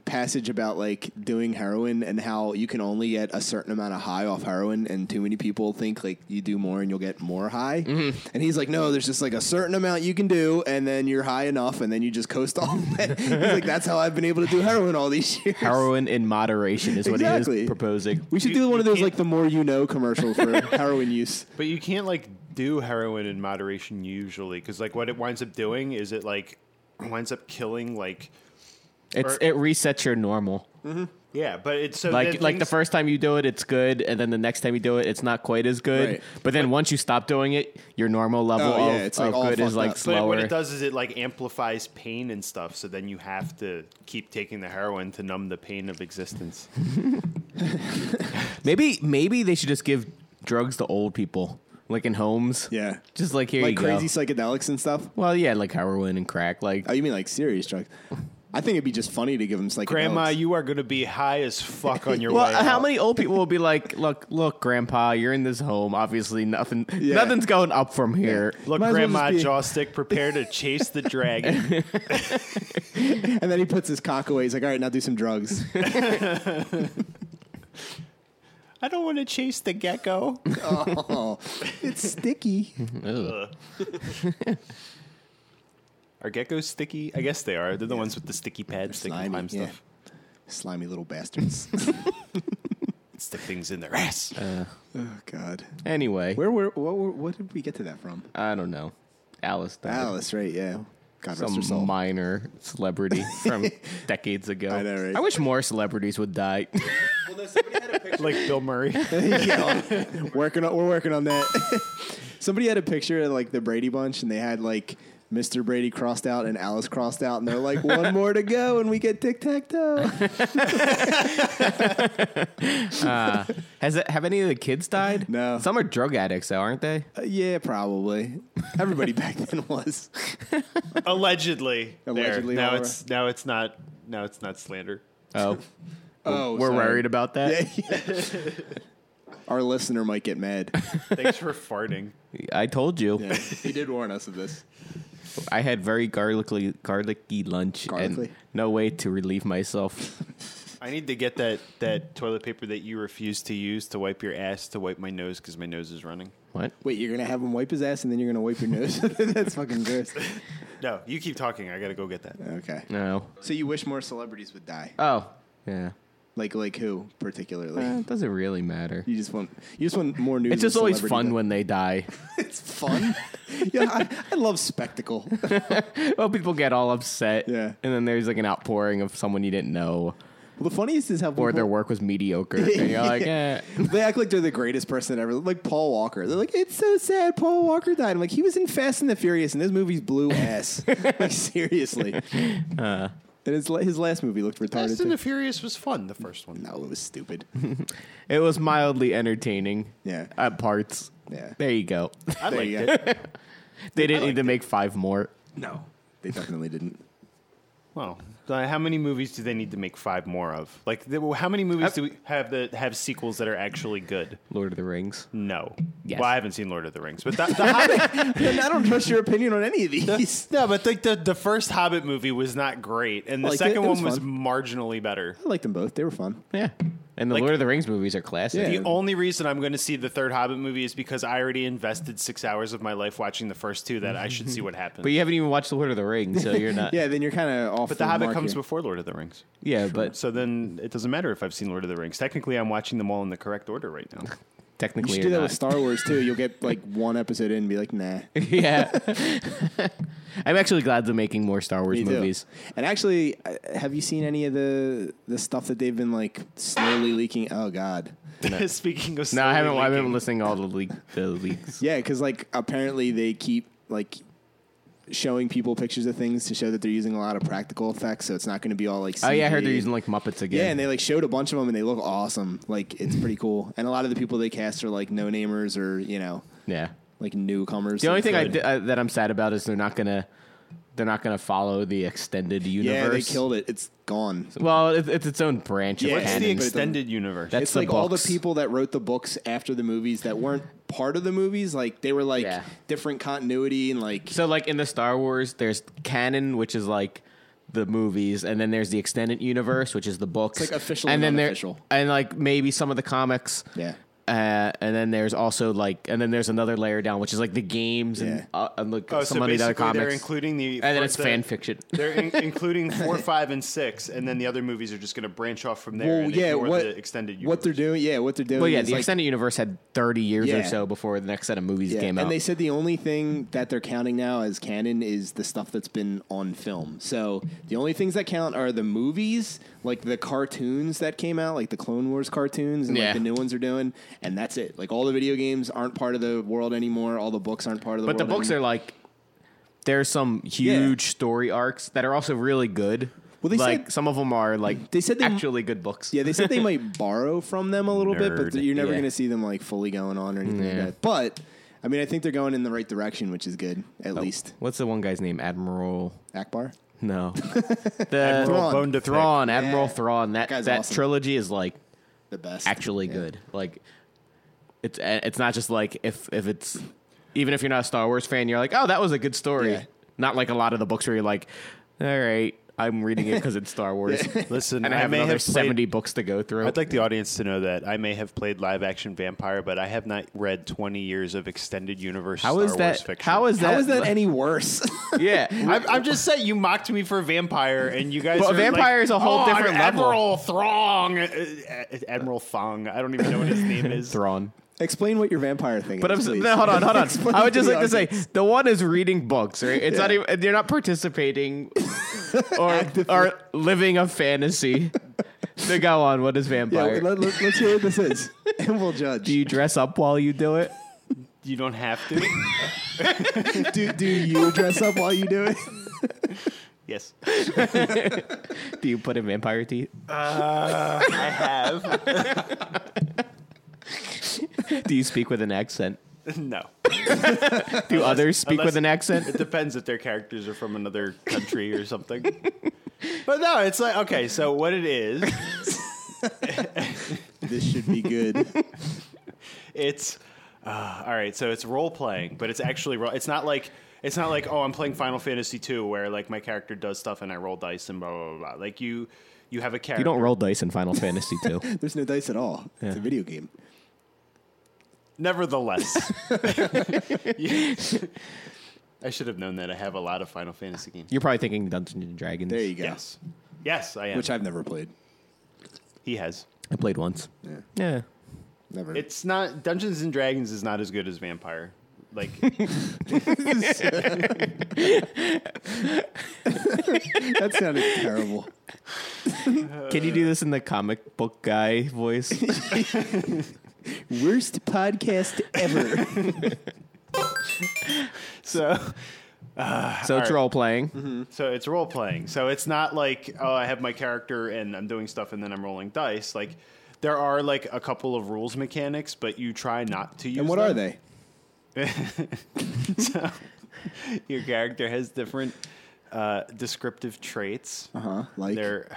Speaker 3: passage about like doing heroin and how you can only get a certain amount of high off heroin and too many people think like you do more and you'll get more high
Speaker 2: Mm-hmm.
Speaker 3: and he's like no there's just like a certain amount you can do and then you're high enough and then you just coast (laughs) off it. he's like that's how I've been able to do heroin all these years
Speaker 2: Heroin in moderation is what he
Speaker 3: Exactly.
Speaker 2: is proposing.
Speaker 3: we should
Speaker 1: You-
Speaker 3: do one of
Speaker 1: you
Speaker 3: those
Speaker 1: can't-
Speaker 3: like the more you know
Speaker 2: (laughs)
Speaker 3: commercials for heroin use
Speaker 1: But you can't like do heroin in moderation usually, because like what it winds up doing is it like winds up killing like
Speaker 2: It's
Speaker 1: or-
Speaker 2: it resets your normal.
Speaker 1: yeah, but it's so
Speaker 2: Like like the
Speaker 1: things-
Speaker 2: first time you do it, it's good, and then the next time you do it, it's not quite as good.
Speaker 3: Right.
Speaker 2: But then once you stop doing it, your normal level
Speaker 3: Oh, yeah,
Speaker 2: of,
Speaker 3: it's, like,
Speaker 2: of
Speaker 3: all
Speaker 2: good is
Speaker 3: fucked
Speaker 2: like
Speaker 3: up.
Speaker 1: But what
Speaker 2: slower.
Speaker 1: it does is it like amplifies pain and stuff. So then you have to keep taking the heroin to numb the pain of
Speaker 3: (laughs)
Speaker 1: existence.
Speaker 2: Maybe maybe they should just give drugs to old people, like in homes.
Speaker 3: yeah
Speaker 2: Just like here
Speaker 3: like
Speaker 2: you go.
Speaker 3: crazy psychedelics and stuff
Speaker 2: Well, yeah, like heroin and crack. Like
Speaker 3: oh you mean like serious drugs I think it'd be just funny to give him psychedelics
Speaker 1: Grandma, you are going to be high as fuck on your
Speaker 2: well,
Speaker 1: way.
Speaker 2: how
Speaker 1: out.
Speaker 2: many old people will be like, "Look, look, grandpa, you're in this home. Obviously, nothing
Speaker 3: Yeah.
Speaker 2: nothing's going up from here."
Speaker 1: Look,
Speaker 3: Might as well just
Speaker 1: Grandma
Speaker 3: be-
Speaker 1: Jawstick, prepare
Speaker 3: (laughs)
Speaker 1: to chase the dragon.
Speaker 3: And then he puts his cock away. He's like, all right, now do some drugs.
Speaker 1: I don't want to chase the gecko.
Speaker 3: Oh, it's sticky.
Speaker 1: Are geckos sticky? I guess they are. They're the ones with the sticky pads that
Speaker 3: Slimy,
Speaker 1: can climb
Speaker 3: yeah.
Speaker 1: stuff.
Speaker 3: Slimy little bastards.
Speaker 1: Stick things in their ass.
Speaker 3: oh God.
Speaker 2: Anyway,
Speaker 3: Where were what, were what did we get to that from?
Speaker 2: I don't know. Alice died.
Speaker 3: Alice, right? Yeah. God rest her
Speaker 2: Some
Speaker 3: soul.
Speaker 2: minor
Speaker 3: (laughs)
Speaker 2: celebrity from decades ago.
Speaker 3: I know, right?
Speaker 2: I wish more celebrities would die. (laughs)
Speaker 4: Well, no, somebody had a picture.
Speaker 1: like Bill Murray.
Speaker 3: yeah, working on, we're working on that. (laughs) Somebody had a picture of like the Brady Bunch, and they had like Mr. Brady crossed out and Alice crossed out, and they're like, one more to go, and we get tic tac toe.
Speaker 2: Has it, have any of the kids died?
Speaker 3: No. Uh,
Speaker 2: Some are drug addicts, though, aren't they?
Speaker 3: (laughs) yeah, probably. Everybody back then was.
Speaker 1: (laughs) Allegedly. There.
Speaker 3: Allegedly,
Speaker 1: Now
Speaker 3: Laura.
Speaker 1: it's now it's not now it's not slander.
Speaker 2: Oh,
Speaker 3: (laughs) Oh,
Speaker 2: we're worried about that.
Speaker 3: Yeah, yeah. (laughs) Our listener might get mad.
Speaker 1: Thanks for farting.
Speaker 2: I told you.
Speaker 3: Yeah, he did warn us of this.
Speaker 2: I had very garlicky, garlicky lunch
Speaker 3: Garlicky?
Speaker 2: and no way to relieve
Speaker 3: (laughs)
Speaker 2: myself.
Speaker 1: I need to get that that toilet paper that you refuse to use to wipe your ass to wipe my nose because my nose is running.
Speaker 2: What?
Speaker 3: Wait, you're gonna have him wipe his ass, and then you're gonna wipe your nose. (laughs) That's fucking gross.
Speaker 1: No, you keep talking. I gotta go get that.
Speaker 3: Okay.
Speaker 2: No.
Speaker 3: So you wish more celebrities would die?
Speaker 2: Oh, yeah.
Speaker 3: Like like who particularly?
Speaker 2: Eh, it doesn't really matter.
Speaker 3: You just want you just want more news.
Speaker 2: It's just
Speaker 3: of
Speaker 2: always
Speaker 3: celebrity
Speaker 2: fun
Speaker 3: death.
Speaker 2: when they
Speaker 3: (laughs)
Speaker 2: die.
Speaker 3: it's fun. (laughs) yeah, I, I love spectacle.
Speaker 2: well, people get all upset.
Speaker 3: Yeah.
Speaker 2: And then there's like an outpouring of someone you didn't know
Speaker 3: Well, the funniest is how
Speaker 2: or their
Speaker 3: people-
Speaker 2: work was mediocre.
Speaker 3: (laughs)
Speaker 2: and you're like, eh.
Speaker 3: they act like they're the greatest person ever. Like Paul Walker, they're like, "It's so sad, Paul Walker died." I'm like, he was in Fast and the Furious, and his movies
Speaker 1: (laughs)
Speaker 3: blew ass. like seriously,
Speaker 1: Uh.
Speaker 3: and his la- his last movie looked retarded.
Speaker 1: Fast and
Speaker 3: Too.
Speaker 1: the Furious was fun. The first one.
Speaker 3: no, it
Speaker 1: (laughs)
Speaker 3: was stupid.
Speaker 2: It was mildly entertaining
Speaker 3: Yeah.
Speaker 2: at parts.
Speaker 3: Yeah.
Speaker 2: There you go. (laughs)
Speaker 1: I
Speaker 3: There
Speaker 1: liked
Speaker 3: you
Speaker 1: it.
Speaker 2: They didn't need to make five more.
Speaker 3: No, they definitely didn't.
Speaker 1: Well, uh, how many movies do they need to make five more of? Like, th- how many movies do we have that have sequels that are actually good?
Speaker 2: Lord of the Rings.
Speaker 1: No.
Speaker 2: Yes.
Speaker 1: Well, I haven't seen Lord of the Rings, but the, the Hobbit,
Speaker 3: And I don't trust your opinion on any
Speaker 1: (laughs)
Speaker 3: of these.
Speaker 1: no, but like the, the first Hobbit movie was not great, and the
Speaker 3: Liked it.
Speaker 1: second
Speaker 3: It was
Speaker 1: one was
Speaker 3: fun.
Speaker 1: marginally better.
Speaker 3: I liked them both. They were fun.
Speaker 2: Yeah. And the
Speaker 1: Like-
Speaker 2: Lord of the Rings movies are classic.
Speaker 3: Yeah.
Speaker 1: The only reason I'm going to see the third Hobbit movie is because I already invested six hours of my life watching the first two. That I should see what happens.
Speaker 2: But
Speaker 1: But,
Speaker 2: you haven't even watched The Lord of the Rings, so you're not.
Speaker 3: (laughs) Yeah, then you're kind of off.
Speaker 1: the Hobbit
Speaker 3: mark
Speaker 1: comes
Speaker 3: here.
Speaker 1: before Lord of the Rings,
Speaker 2: Yeah, but
Speaker 1: so then it doesn't matter if I've seen Lord of the Rings. Technically, I'm watching them all in the correct order right now.
Speaker 3: You
Speaker 2: technically,
Speaker 3: should
Speaker 2: you
Speaker 3: do that with Star Wars too.
Speaker 1: (laughs)
Speaker 3: You'll get like one episode in and be like, nah.
Speaker 2: (laughs) yeah. I'm actually glad they're making more Star Wars
Speaker 3: Me too.
Speaker 2: movies.
Speaker 3: And actually, uh, have you seen any of the the stuff that they've been like slowly leaking? Oh God,
Speaker 1: (laughs) Speaking of,
Speaker 2: (laughs) No, I haven't.
Speaker 1: slowly
Speaker 2: I've
Speaker 1: leaking-
Speaker 2: been listening to all the leak, the
Speaker 3: (laughs)
Speaker 2: leaks.
Speaker 3: yeah, because like apparently they keep like showing people pictures of things to show that they're using a lot of practical effects, so it's not going to be all like.
Speaker 2: Oh yeah, I
Speaker 3: CG.
Speaker 2: heard they're using like Muppets again.
Speaker 3: Yeah, and they like showed a bunch of them, and they look awesome. Like it's pretty cool. And a lot of the people they cast are like no namers or you know
Speaker 2: yeah.
Speaker 3: like newcomers.
Speaker 2: The only thing I
Speaker 3: Good.
Speaker 2: di- I, that I'm sad about is they're not gonna they're not gonna follow the extended universe.
Speaker 3: yeah, they killed it. It's gone.
Speaker 2: Well, it's, it's its own branch
Speaker 3: Yeah.
Speaker 2: of
Speaker 1: What's
Speaker 3: Canon,
Speaker 1: the
Speaker 2: canon.
Speaker 3: but it doesn't-
Speaker 1: extended universe?
Speaker 2: That's
Speaker 3: it's like all the
Speaker 2: books.
Speaker 3: people that wrote the books after the movies that weren't part of the movies like they were like
Speaker 2: Yeah.
Speaker 3: different continuity and like
Speaker 2: So like in the Star Wars, there's canon, which is like the movies, and then there's the extended universe, which is the books.
Speaker 3: It's, like, official
Speaker 2: and
Speaker 3: and
Speaker 2: then there-
Speaker 3: unofficial.
Speaker 2: and like maybe some of the comics.
Speaker 3: Yeah.
Speaker 2: Uh, and then there's also like, and then there's another layer down, which is like the games
Speaker 3: Yeah.
Speaker 2: and, uh, and like
Speaker 1: Oh,
Speaker 2: some
Speaker 1: so
Speaker 2: of the other
Speaker 1: basically they're
Speaker 2: comics,
Speaker 1: including the
Speaker 2: and then it's
Speaker 1: the- (laughs)
Speaker 2: fan fiction.
Speaker 1: They're in,
Speaker 3: (laughs)
Speaker 1: including four, five, and six, and then the other movies are just going to branch off from there.
Speaker 3: well
Speaker 1: and
Speaker 3: yeah
Speaker 1: ignore
Speaker 3: what
Speaker 1: the extended
Speaker 3: what they're
Speaker 1: universe.
Speaker 3: doing yeah what they're doing
Speaker 2: Well, yeah,
Speaker 3: is,
Speaker 2: the
Speaker 3: like-
Speaker 2: extended universe had 30 years
Speaker 3: Yeah.
Speaker 2: or so before the next set of movies
Speaker 3: yeah,
Speaker 2: came
Speaker 3: and
Speaker 2: out.
Speaker 3: they said the only thing that they're counting now as canon is the stuff that's been on film. So the only things that count are the movies, like the cartoons that came out, like the Clone Wars cartoons and
Speaker 2: Yeah.
Speaker 3: like the new ones are doing, and that's it. Like all the video games aren't part of the world anymore. All the books aren't part of the
Speaker 2: but the
Speaker 3: world.
Speaker 2: books
Speaker 3: anymore.
Speaker 2: are like, there's some huge story arcs that are also really good.
Speaker 3: Well, they
Speaker 2: like
Speaker 3: said-
Speaker 2: some of them are like
Speaker 3: They said they-
Speaker 2: actually good books.
Speaker 3: Yeah, they said
Speaker 2: (laughs)
Speaker 3: they might borrow from them a little bit, but
Speaker 1: Nerd.
Speaker 3: you're never
Speaker 2: Yeah.
Speaker 3: going to see them like fully going on or anything
Speaker 2: Yeah.
Speaker 3: like that. But I mean, I think they're going in the right direction, which is good at
Speaker 2: Oh.
Speaker 3: least.
Speaker 2: What's the one guy's name? Admiral.
Speaker 3: Akbar,
Speaker 2: No, the
Speaker 1: Admiral
Speaker 3: Thrawn.
Speaker 1: Bone to Pick.
Speaker 3: (laughs)
Speaker 2: Thrawn, Admiral
Speaker 3: Yeah.
Speaker 2: Thrawn. That
Speaker 3: guy's
Speaker 2: that
Speaker 3: awesome.
Speaker 2: trilogy is like
Speaker 3: the best,
Speaker 2: actually
Speaker 3: Yeah.
Speaker 2: good. Like it's it's not just like if if it's even if you're not a Star Wars fan, you're like, oh, that was a good story.
Speaker 3: Yeah.
Speaker 2: Not like a lot of the books where you're like, all right, I'm reading it because it's Star Wars.
Speaker 1: Listen,
Speaker 2: and I
Speaker 1: I
Speaker 2: have
Speaker 1: may
Speaker 2: another
Speaker 1: have played-
Speaker 2: 70 books to go through.
Speaker 1: I'd like the audience to know that I may have played live action vampire, but I have not read 20 years of extended universe
Speaker 2: How
Speaker 1: Star
Speaker 2: is
Speaker 1: Wars
Speaker 2: that?
Speaker 1: fiction.
Speaker 2: How is that?
Speaker 3: How is that any worse?
Speaker 2: (laughs) yeah,
Speaker 1: I'm, I'm just saying, you mocked me for vampire, and you guys.
Speaker 2: But
Speaker 1: are
Speaker 2: vampire
Speaker 1: like,
Speaker 2: is a whole
Speaker 1: "Oh, I'm
Speaker 2: different level."
Speaker 1: Admiral Throng, uh, uh, Admiral Thong. I don't even know what his name is.
Speaker 2: (laughs) Thrawn.
Speaker 3: Explain what your vampire thing
Speaker 2: But I'm
Speaker 3: is.
Speaker 2: s-
Speaker 3: please.
Speaker 2: no, hold on, hold on.
Speaker 3: Explain
Speaker 2: I would just
Speaker 3: the
Speaker 2: like to say
Speaker 3: audience.
Speaker 2: the one is reading books, right? It's not even you're not
Speaker 3: (laughs)
Speaker 2: participating or or living a fantasy. (laughs) so go on. What is
Speaker 3: Yeah,
Speaker 2: vampire?
Speaker 3: let, let, let's hear what
Speaker 2: (laughs)
Speaker 3: this is, and we'll judge.
Speaker 2: do you dress up while you do it?
Speaker 1: You don't have
Speaker 2: (laughs)
Speaker 1: to.
Speaker 3: (laughs) do, do you dress up while you do
Speaker 2: (laughs)
Speaker 3: it?
Speaker 1: yes, (laughs)
Speaker 2: Do you put in vampire teeth?
Speaker 1: Uh, I have.
Speaker 2: (laughs) Do you speak with an accent?
Speaker 1: No,
Speaker 2: Do others speak
Speaker 1: unless-
Speaker 2: with an accent?
Speaker 1: it depends if their characters are from another country or something. But no, it's like okay. So what it is,
Speaker 3: This should be good.
Speaker 1: it's uh, all right. So it's role playing, but it's actually ro- it's not like it's not like oh I'm playing Final Fantasy two where like my character does stuff and I roll dice and blah blah blah. blah. Like you you have a character.
Speaker 2: You don't roll dice in Final Fantasy
Speaker 3: (laughs)
Speaker 2: too.
Speaker 3: There's no dice at all. It's a video game.
Speaker 1: (laughs) Nevertheless, I should have known that. I have a lot of Final Fantasy games.
Speaker 2: You're probably thinking Dungeons and Dragons.
Speaker 3: There you go.
Speaker 1: Yes, yes, I am.
Speaker 3: Which I've never played.
Speaker 1: he has.
Speaker 2: I played once.
Speaker 3: Yeah.
Speaker 2: Yeah.
Speaker 3: Never.
Speaker 1: It's not Dungeons and Dragons is not as good as Vampire. Like
Speaker 3: that
Speaker 2: (laughs)
Speaker 3: sounded terrible.
Speaker 2: Can you do this in the comic book guy
Speaker 1: (laughs)
Speaker 2: voice?
Speaker 3: Worst podcast
Speaker 2: (laughs)
Speaker 3: ever.
Speaker 1: (laughs) so,
Speaker 2: so it's
Speaker 1: right.
Speaker 2: role playing.
Speaker 1: so it's role playing. So it's not like oh, I have my character and I'm doing stuff and then I'm rolling dice. Like there are like a couple of rules mechanics, but you try not to use.
Speaker 3: and what are they?
Speaker 1: they? Your character has different uh, descriptive traits.
Speaker 3: Uh huh. Like
Speaker 1: They're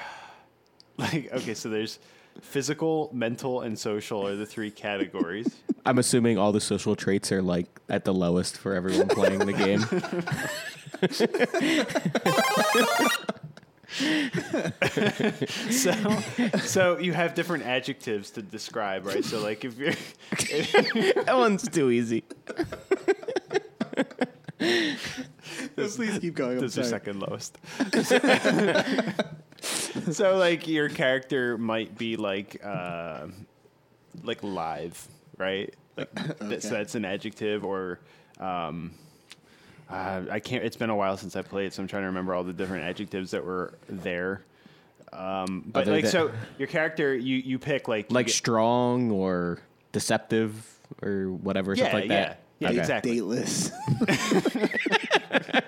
Speaker 1: (sighs) like okay, so there's physical, mental, and social are the three categories. (laughs)
Speaker 2: I'm assuming all the social traits are like at the lowest for everyone playing the
Speaker 1: (laughs)
Speaker 2: game.
Speaker 1: so, so you have different adjectives to describe, right? So, like if you're
Speaker 2: that one's too easy.
Speaker 3: please keep going. I'm
Speaker 1: those are
Speaker 3: sorry.
Speaker 1: second lowest. (laughs) so, like your character might be like, uh, like live, right? Like
Speaker 3: Uh,
Speaker 1: that's, that's an adjective, or um, uh, I can't. It's been a while since I played, so I'm trying to remember all the different adjectives that were there. Um, but
Speaker 2: Other
Speaker 1: like
Speaker 2: than-
Speaker 1: so, your character you you pick like you
Speaker 2: Like
Speaker 1: get-
Speaker 2: strong or deceptive or whatever,
Speaker 1: yeah,
Speaker 2: stuff like
Speaker 1: yeah,
Speaker 2: that.
Speaker 1: yeah,
Speaker 2: Okay.
Speaker 1: exactly.
Speaker 3: Dateless.
Speaker 1: (laughs)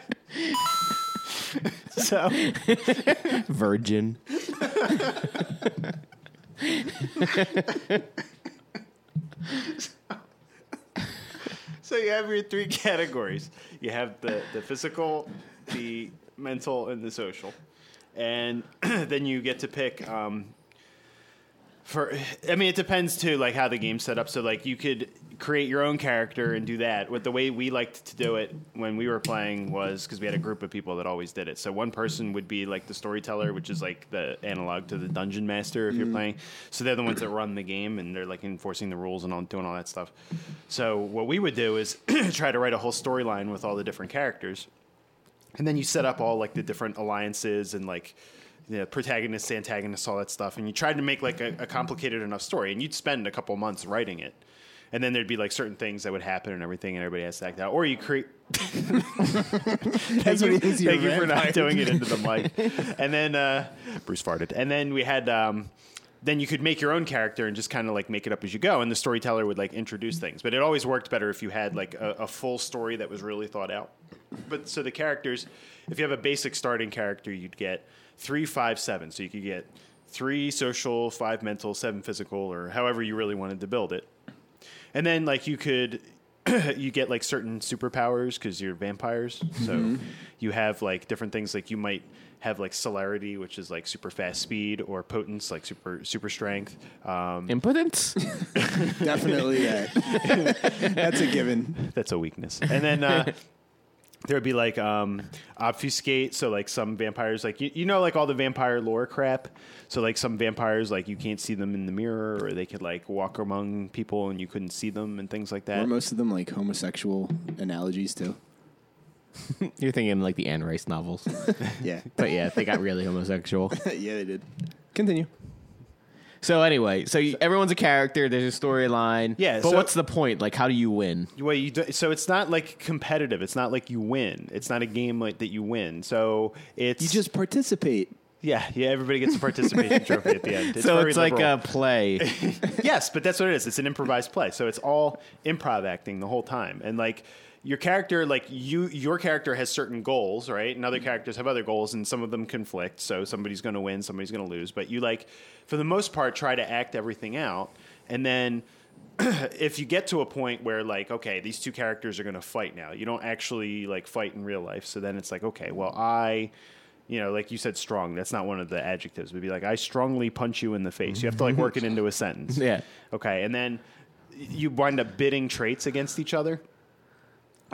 Speaker 1: So.
Speaker 2: Virgin.
Speaker 1: (laughs) So you have your three categories. You have the, the physical, the mental, and the social. And (clears throat) then you get to pick um, for I mean it depends too like how the game's set up. So like you could create your own character and do that. With the way we liked to do it when we were playing was because we had a group of people that always did it. So one person would be like the storyteller, which is like the analog to the dungeon master if you're playing. So they're the ones that run the game and they're like enforcing the rules and all doing all that stuff. So what we would do is (clears throat) try to write a whole storyline with all the different characters and then you set up all like the different alliances and like the protagonists, antagonists, all that stuff, and you tried to make like a, a complicated enough story, and you'd spend a couple months writing it, and then there'd be like certain things that would happen and everything, and everybody has to act out, or you create.
Speaker 3: That's what it is.
Speaker 1: Thank you for not
Speaker 3: vampire.
Speaker 1: doing it into the mic. And then uh, Bruce farted. And then we had. Um, then you could make your own character and just kind of like make it up as you go, and the storyteller would like introduce things. But it always worked better if you had like a, a full story that was really thought out. But so the characters, if you have a basic starting character, you'd get three, five, seven. So you could get three social, five mental, seven physical, or however you really wanted to build it. And then like you could you get like certain superpowers because you're vampires.
Speaker 3: Mm-hmm.
Speaker 1: So you have like different things like you might have like celerity, which is like super fast speed, or potence, like super super strength. Um,
Speaker 2: Impotence? (laughs)
Speaker 3: Definitely that. That's a given. (laughs)
Speaker 1: that's a weakness. And then uh, there'd be like um obfuscate so like some vampires like you, you know like all the vampire lore crap so like some vampires like you can't see them in the mirror or they could like walk among people and you couldn't see them and things like that
Speaker 3: Were most of them like homosexual analogies too?
Speaker 2: You're thinking like the Anne Rice novels,
Speaker 3: (laughs) Yeah.
Speaker 2: but yeah, they got really homosexual.
Speaker 3: yeah, they did.
Speaker 2: (laughs) Continue. So anyway, so you, everyone's a character. There's a storyline.
Speaker 1: Yeah,
Speaker 2: but
Speaker 1: so-
Speaker 2: what's the point? Like, how do you win?
Speaker 1: Well, you do, so it's not like competitive. It's not like you win. It's not a game like that you win. So it's
Speaker 3: You just participate.
Speaker 1: yeah yeah. Everybody gets a participation trophy at the end.
Speaker 2: (laughs) so
Speaker 1: very
Speaker 2: it's like um,
Speaker 1: liberal.
Speaker 2: a
Speaker 1: (laughs)
Speaker 2: play.
Speaker 1: yes, but that's what it is. It's an improvised play. So it's all improv acting the whole time. And like your character, like you, your character has certain goals, right? And other characters have other goals, and some of them conflict. So somebody's going to win, somebody's going to lose. But you like, for the most part, try to act everything out, and then. if you get to a point where like okay these two characters are going to fight now you don't actually like fight in real life so then it's like okay well i you know like you said strong that's not one of the adjectives would be like i strongly punch you in the face you have to like work it into a sentence
Speaker 2: (laughs) Yeah.
Speaker 1: okay and then y- you wind up bidding traits against each other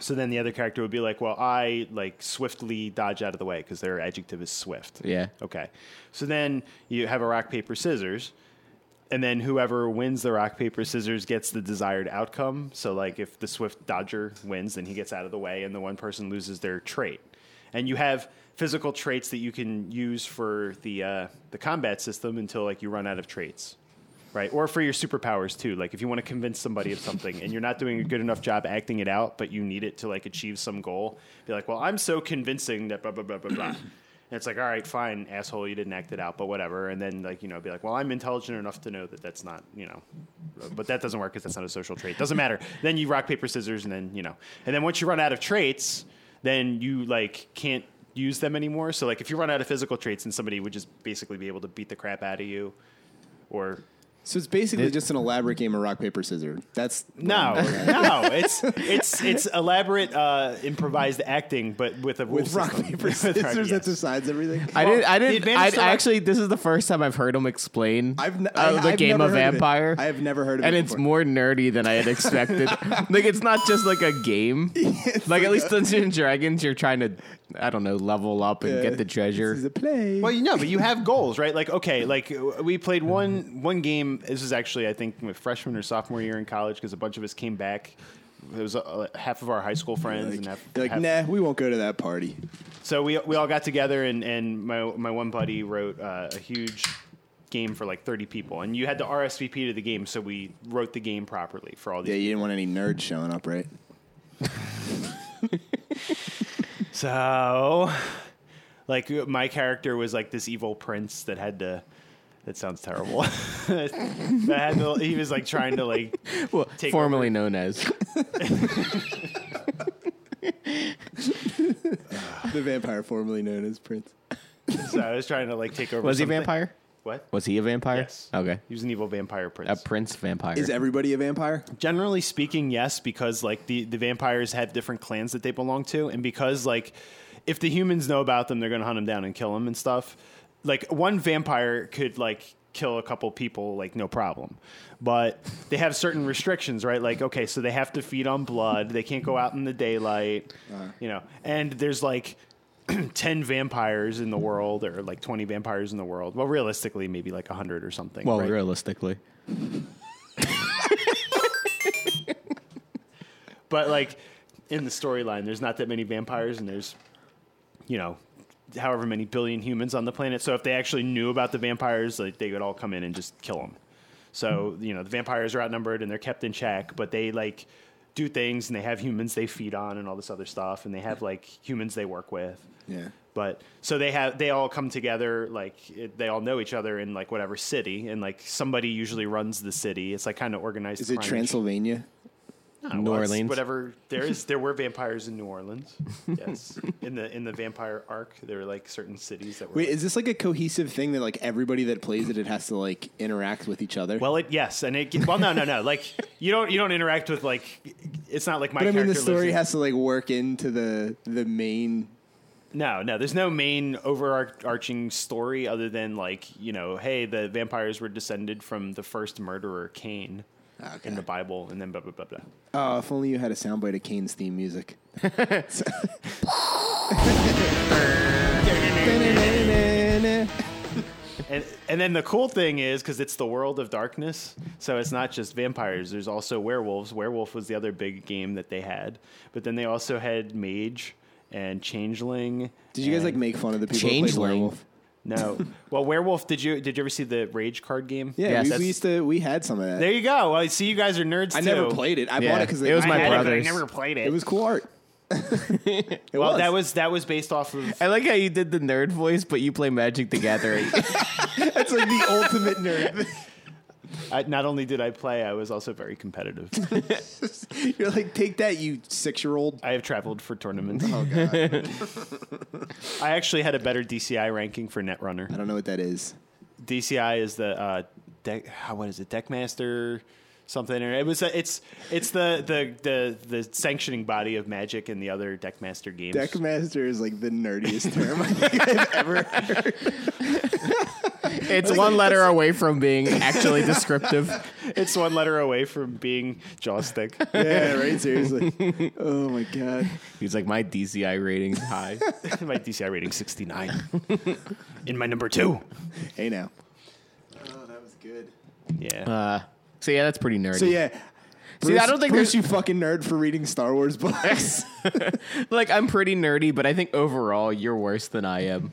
Speaker 1: so then the other character would be like well i like swiftly dodge out of the way because their adjective is swift
Speaker 2: Yeah.
Speaker 1: okay so then you have a rock paper scissors and then whoever wins the rock paper scissors gets the desired outcome. So like if the swift dodger wins, then he gets out of the way, and the one person loses their trait. And you have physical traits that you can use for the uh, the combat system until like you run out of traits, right? Or for your superpowers too. Like if you want to convince somebody of something and you're not doing a good enough job acting it out, but you need it to like achieve some goal, be like, well, I'm so convincing that blah blah blah blah blah. And it's like, all right, fine, asshole, you didn't act it out, but whatever. And then, like, you know, be like, well, I'm intelligent enough to know that that's not, you know, but that doesn't work because that's not a social trait. Doesn't matter. then you rock, paper, scissors, and then, you know. And then once you run out of traits, then you, like, can't use them anymore. So, like, if you run out of physical traits, then somebody would just basically be able to beat the crap out of you or.
Speaker 3: So it's basically just an elaborate game of rock paper scissors. That's
Speaker 1: No, no, it's it's it's elaborate uh, improvised acting, but with a rule
Speaker 3: with rock
Speaker 1: system. (laughs)
Speaker 3: paper
Speaker 1: With rock-
Speaker 3: scissors that
Speaker 1: yes.
Speaker 3: decides everything.
Speaker 2: I didn't. I
Speaker 1: the
Speaker 2: didn't.
Speaker 1: advantage
Speaker 2: I,
Speaker 1: to, like-
Speaker 2: actually, this is the first time I've heard him explain
Speaker 3: I've n-
Speaker 2: uh,
Speaker 3: I-
Speaker 2: the
Speaker 3: I've
Speaker 2: game
Speaker 3: never
Speaker 2: of
Speaker 3: heard of it.
Speaker 2: Vampire.
Speaker 3: I have never heard of
Speaker 2: and
Speaker 3: it
Speaker 2: And it's
Speaker 3: before.
Speaker 2: more nerdy than I had
Speaker 3: (laughs)
Speaker 2: expected. like it's not just like a game. like at least Dungeons and Dragons, you're trying to, I don't know, level up and get the
Speaker 3: (laughs) This is
Speaker 2: treasure.
Speaker 3: a play.
Speaker 1: Well, you know, but you have goals, right? Like, okay, like uh, we played one one game. This is actually, I think, my freshman or sophomore year in college because a bunch of us came back. It was uh, half of our high school friends,
Speaker 3: like,
Speaker 1: and half,
Speaker 3: they're like,
Speaker 1: half-
Speaker 3: nah, we won't go to that party.
Speaker 1: so we we all got together, and and my my one buddy wrote uh, a huge game for like thirty people, and you had to RSVP to the game, so we wrote the game properly for all these.
Speaker 3: Yeah, you didn't want any nerds showing up, right?
Speaker 1: So, like, my character was like this evil prince that had to. That sounds terrible. (laughs) that had to, he was like trying to like
Speaker 2: Well,
Speaker 1: Take
Speaker 2: formerly known
Speaker 3: (laughs)
Speaker 2: as.
Speaker 3: The vampire formerly known as Prince.
Speaker 1: So I was trying to like take over.
Speaker 2: Was he a
Speaker 1: something.
Speaker 2: vampire?
Speaker 1: What?
Speaker 2: Was he a vampire?
Speaker 1: Yes.
Speaker 2: Okay.
Speaker 1: He was an evil vampire prince.
Speaker 2: A prince vampire.
Speaker 3: Is everybody a vampire?
Speaker 1: Generally speaking, yes, because like the the vampires have different clans that they belong to, and because like if the humans know about them, they're gonna hunt them down and kill them and stuff. Like one vampire could like kill a couple people like no problem but they have certain restrictions right like okay so they have to feed on blood they can't go out in the daylight you know and there's like (clears throat) 10 vampires in the world or like 20 vampires in the world well realistically maybe like 100 or something
Speaker 2: well,
Speaker 1: right?
Speaker 2: realistically.
Speaker 1: but like in the storyline, there's not that many vampires, and there's you know however many billion humans on the planet. So if they actually knew about the vampires, like they would all come in and just kill them.
Speaker 3: Hmm.
Speaker 1: So you know the vampires are outnumbered and they're kept in check, but they like do things and they have humans they feed on and all this other stuff, and they have like humans they work with.
Speaker 3: Yeah.
Speaker 1: But so they have they all come together like it, they all know each other in like whatever city and like somebody usually runs the city. It's like kind of organized.
Speaker 3: Is it
Speaker 1: crime and shit.
Speaker 3: Transylvania?
Speaker 1: Uh,
Speaker 2: New
Speaker 1: well, it's
Speaker 2: Orleans.
Speaker 1: Whatever there is, there
Speaker 3: (laughs)
Speaker 1: were vampires in New Orleans. Yes, in the in the vampire arc, there were like certain cities that were.
Speaker 3: Wait,
Speaker 1: like-
Speaker 3: is this like a cohesive thing that like everybody that plays it, it has to like interact with each other?
Speaker 1: well, it yes, and it. Well, no, no, no. Like you don't you don't interact with like. It's not like my.
Speaker 3: but I mean, the
Speaker 1: character lives
Speaker 3: story
Speaker 1: in-
Speaker 3: has to like work into the the main.
Speaker 1: No, no. There's no main overarching story other than like you know, hey, the vampires were descended from the first murderer, Cain.
Speaker 3: Ah, Okay.
Speaker 1: in the Bible, and then blah blah blah blah.
Speaker 3: Oh, if only you had a soundbite of Kane's theme
Speaker 1: (laughs)
Speaker 3: music.
Speaker 1: And and then the cool thing is because it's the world of darkness, so it's not just vampires. There's also werewolves. Werewolf was the other big game that they had, but then they also had mage and changeling.
Speaker 3: Did you guys like
Speaker 1: and-
Speaker 3: make fun of the people who played
Speaker 2: Changeling.
Speaker 3: werewolf? (laughs)
Speaker 1: No. well, werewolf. Did you did you ever see the rage card game?
Speaker 2: Yes,
Speaker 3: Yeah, we,
Speaker 2: that's-
Speaker 3: we used to. We had some of that.
Speaker 1: There you go. Well, I see you guys are nerds.
Speaker 3: I
Speaker 1: too.
Speaker 3: never played it. I
Speaker 2: Yeah.
Speaker 3: bought it because
Speaker 2: It was
Speaker 1: I
Speaker 2: my
Speaker 1: had it, but
Speaker 2: brother's.
Speaker 1: I never played it.
Speaker 3: It was cool art. (laughs) it
Speaker 1: well,
Speaker 3: was.
Speaker 1: that was that was based off of.
Speaker 2: I like how you did the nerd voice, but you play Magic the
Speaker 3: (laughs)
Speaker 2: Gathering.
Speaker 3: That's like the
Speaker 2: (laughs)
Speaker 3: ultimate nerd.
Speaker 1: I, not only did I play, I was also very
Speaker 3: (laughs)
Speaker 1: competitive.
Speaker 3: (laughs) You're like, take that, you six year old.
Speaker 1: I have traveled for tournaments. Oh god! I actually had a better DCI ranking for Netrunner.
Speaker 3: I don't know what that is.
Speaker 1: DCI is the uh, deck. how- What is it? Deckmaster something. Or it was. A, it's it's the, the the the sanctioning body of Magic and the other Deckmaster games.
Speaker 3: Deckmaster is like the nerdiest term I think I've ever heard.
Speaker 2: it's one letter away from being actually descriptive. (laughs)
Speaker 1: it's one letter away from being Jawstick.
Speaker 3: Yeah, right. Seriously. (laughs) Oh my god.
Speaker 2: He's like, my DCI rating's high.
Speaker 1: (laughs) my DCI rating sixty nine. (laughs) In my number two.
Speaker 3: Hey now. Oh, that was good.
Speaker 1: Yeah.
Speaker 2: Uh, so yeah, that's pretty nerdy.
Speaker 3: So yeah.
Speaker 2: See, I don't think
Speaker 3: Bruce,
Speaker 2: there's-
Speaker 3: you fucking nerd for reading Star Wars books.
Speaker 2: (laughs) like I'm pretty nerdy, but I think overall you're worse than I am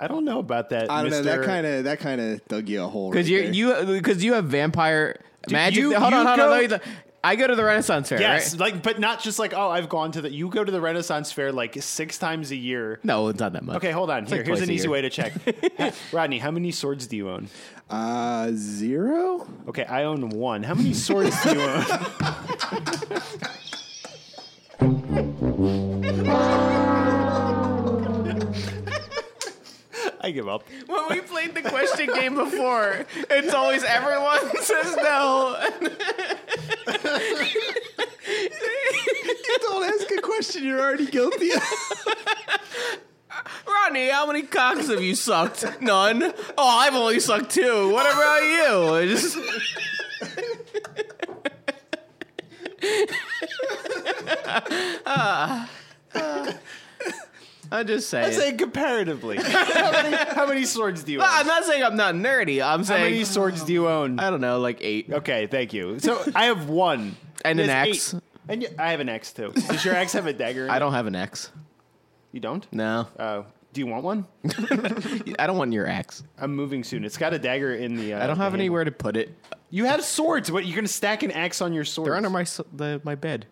Speaker 1: I don't know about that.
Speaker 3: (laughs) I don't know. That
Speaker 1: Mr.
Speaker 3: kind of that kind of dug you a hole.
Speaker 2: because
Speaker 3: right
Speaker 2: you
Speaker 3: there.
Speaker 2: you because you have vampire magic.
Speaker 1: you-
Speaker 2: hold
Speaker 1: you
Speaker 2: on, hold
Speaker 1: go-
Speaker 2: on. let me- I go to the Renaissance Fair.
Speaker 1: Yes,
Speaker 2: right?
Speaker 1: like, but not just like oh, I've gone to the. You go to the Renaissance Fair like six times a year.
Speaker 2: No, it's not that much.
Speaker 1: Okay, hold on.
Speaker 2: It's
Speaker 1: Here,
Speaker 2: like
Speaker 1: here's
Speaker 2: twice
Speaker 1: an
Speaker 2: a
Speaker 1: easy
Speaker 2: year.
Speaker 1: way to check. Rodney, how many swords do you own?
Speaker 3: uh zero.
Speaker 1: Okay, I own one. How many swords do you own? I give up.
Speaker 2: (laughs) When we played the question game before, it's always everyone (laughs) says no.
Speaker 3: Don't ask a question. You're already guilty. (laughs)
Speaker 2: Rodney, how many cocks have you sucked? None. Oh, I've only sucked two. What about you? It's just- (laughs) Ah. I'm just saying.
Speaker 1: I say
Speaker 2: (laughs)
Speaker 1: comparatively. how, many, how many swords do you own?
Speaker 2: I'm not saying I'm not nerdy. I'm
Speaker 1: how
Speaker 2: saying
Speaker 1: many swords do you own?
Speaker 2: I don't know, like eight.
Speaker 1: Okay, thank you. So I have one
Speaker 2: And an
Speaker 1: There's
Speaker 2: axe.
Speaker 1: eight. And y- I have an axe too. Does your axe have a dagger? in
Speaker 2: I
Speaker 1: it?
Speaker 2: don't have an X.
Speaker 1: You don't?
Speaker 2: No,
Speaker 1: Oh, do you want one?
Speaker 2: I don't want your axe.
Speaker 1: I'm moving soon. It's got a dagger in the. Uh,
Speaker 2: I don't
Speaker 1: the
Speaker 2: have
Speaker 1: handle.
Speaker 2: anywhere to put it.
Speaker 1: You have swords. What? You're gonna stack an axe on your sword?
Speaker 2: They're under my s- the, my bed.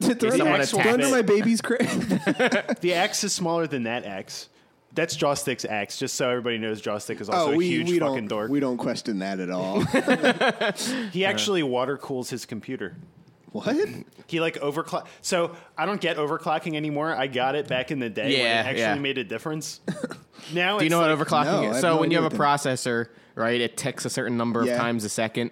Speaker 3: Throw
Speaker 1: someone
Speaker 3: my-
Speaker 1: attacked
Speaker 3: throw under
Speaker 1: it.
Speaker 3: my baby's crib.
Speaker 1: The axe is smaller than that axe. That's Jawstick's axe. Just so everybody knows, Jawstick is also
Speaker 3: oh,
Speaker 1: a
Speaker 3: we,
Speaker 1: huge
Speaker 3: we
Speaker 1: fucking
Speaker 3: don't
Speaker 1: dork.
Speaker 3: we don't question that at all.
Speaker 1: he actually water cools his computer.
Speaker 3: what?
Speaker 1: He like overclock. So I don't get overclocking anymore. I got it back in the day when it
Speaker 2: Yeah,
Speaker 1: actually
Speaker 2: yeah.
Speaker 1: made a
Speaker 2: (laughs)
Speaker 1: difference. now
Speaker 2: Do you
Speaker 1: it's
Speaker 2: know
Speaker 1: like,
Speaker 2: what overclocking
Speaker 3: No, I
Speaker 2: is?
Speaker 3: have
Speaker 2: So
Speaker 3: no
Speaker 2: when you
Speaker 3: idea
Speaker 2: have a
Speaker 3: what
Speaker 2: processor, right, it ticks a certain number
Speaker 3: Yeah. Uh-huh.
Speaker 2: of times a 2nd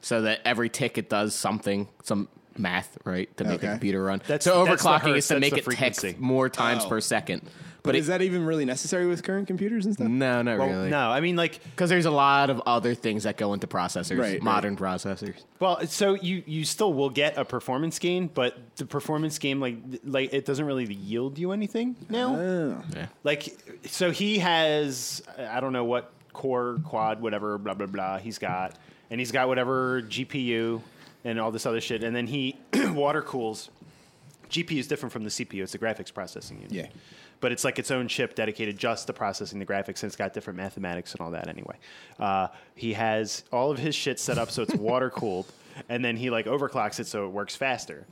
Speaker 2: so that every tick it does something, some math, right, to make the
Speaker 3: Okay.
Speaker 2: computer run.
Speaker 1: That's-
Speaker 2: so
Speaker 1: that's the
Speaker 2: overclocking
Speaker 1: hertz,
Speaker 2: is to
Speaker 1: that's
Speaker 2: make
Speaker 1: the
Speaker 2: it
Speaker 1: frequency.
Speaker 2: tick more times
Speaker 3: Oh.
Speaker 2: per second. But
Speaker 3: But
Speaker 2: it,
Speaker 3: is that even really necessary with current computers and stuff?
Speaker 2: no, not
Speaker 1: well,
Speaker 2: really.
Speaker 1: No, I mean like
Speaker 2: Because there's a lot of other things that go into processors,
Speaker 3: Right, right.
Speaker 2: modern processors.
Speaker 1: Well, so you you still will get a performance gain, but the performance gain like like it doesn't really yield you anything now.
Speaker 3: Oh.
Speaker 1: Like so he has I don't know what core quad whatever blah blah blah he's got and he's got whatever GPU and all this other shit and then he (clears throat) water cools GPU is different from the CPU. It's the graphics processing unit.
Speaker 3: Yeah.
Speaker 1: But it's like its own chip dedicated just to processing the graphics, and it's got different mathematics and all that anyway. Uh, he has all of his shit set up so
Speaker 2: (laughs)
Speaker 1: it's water cooled, and then he like overclocks it so it works faster.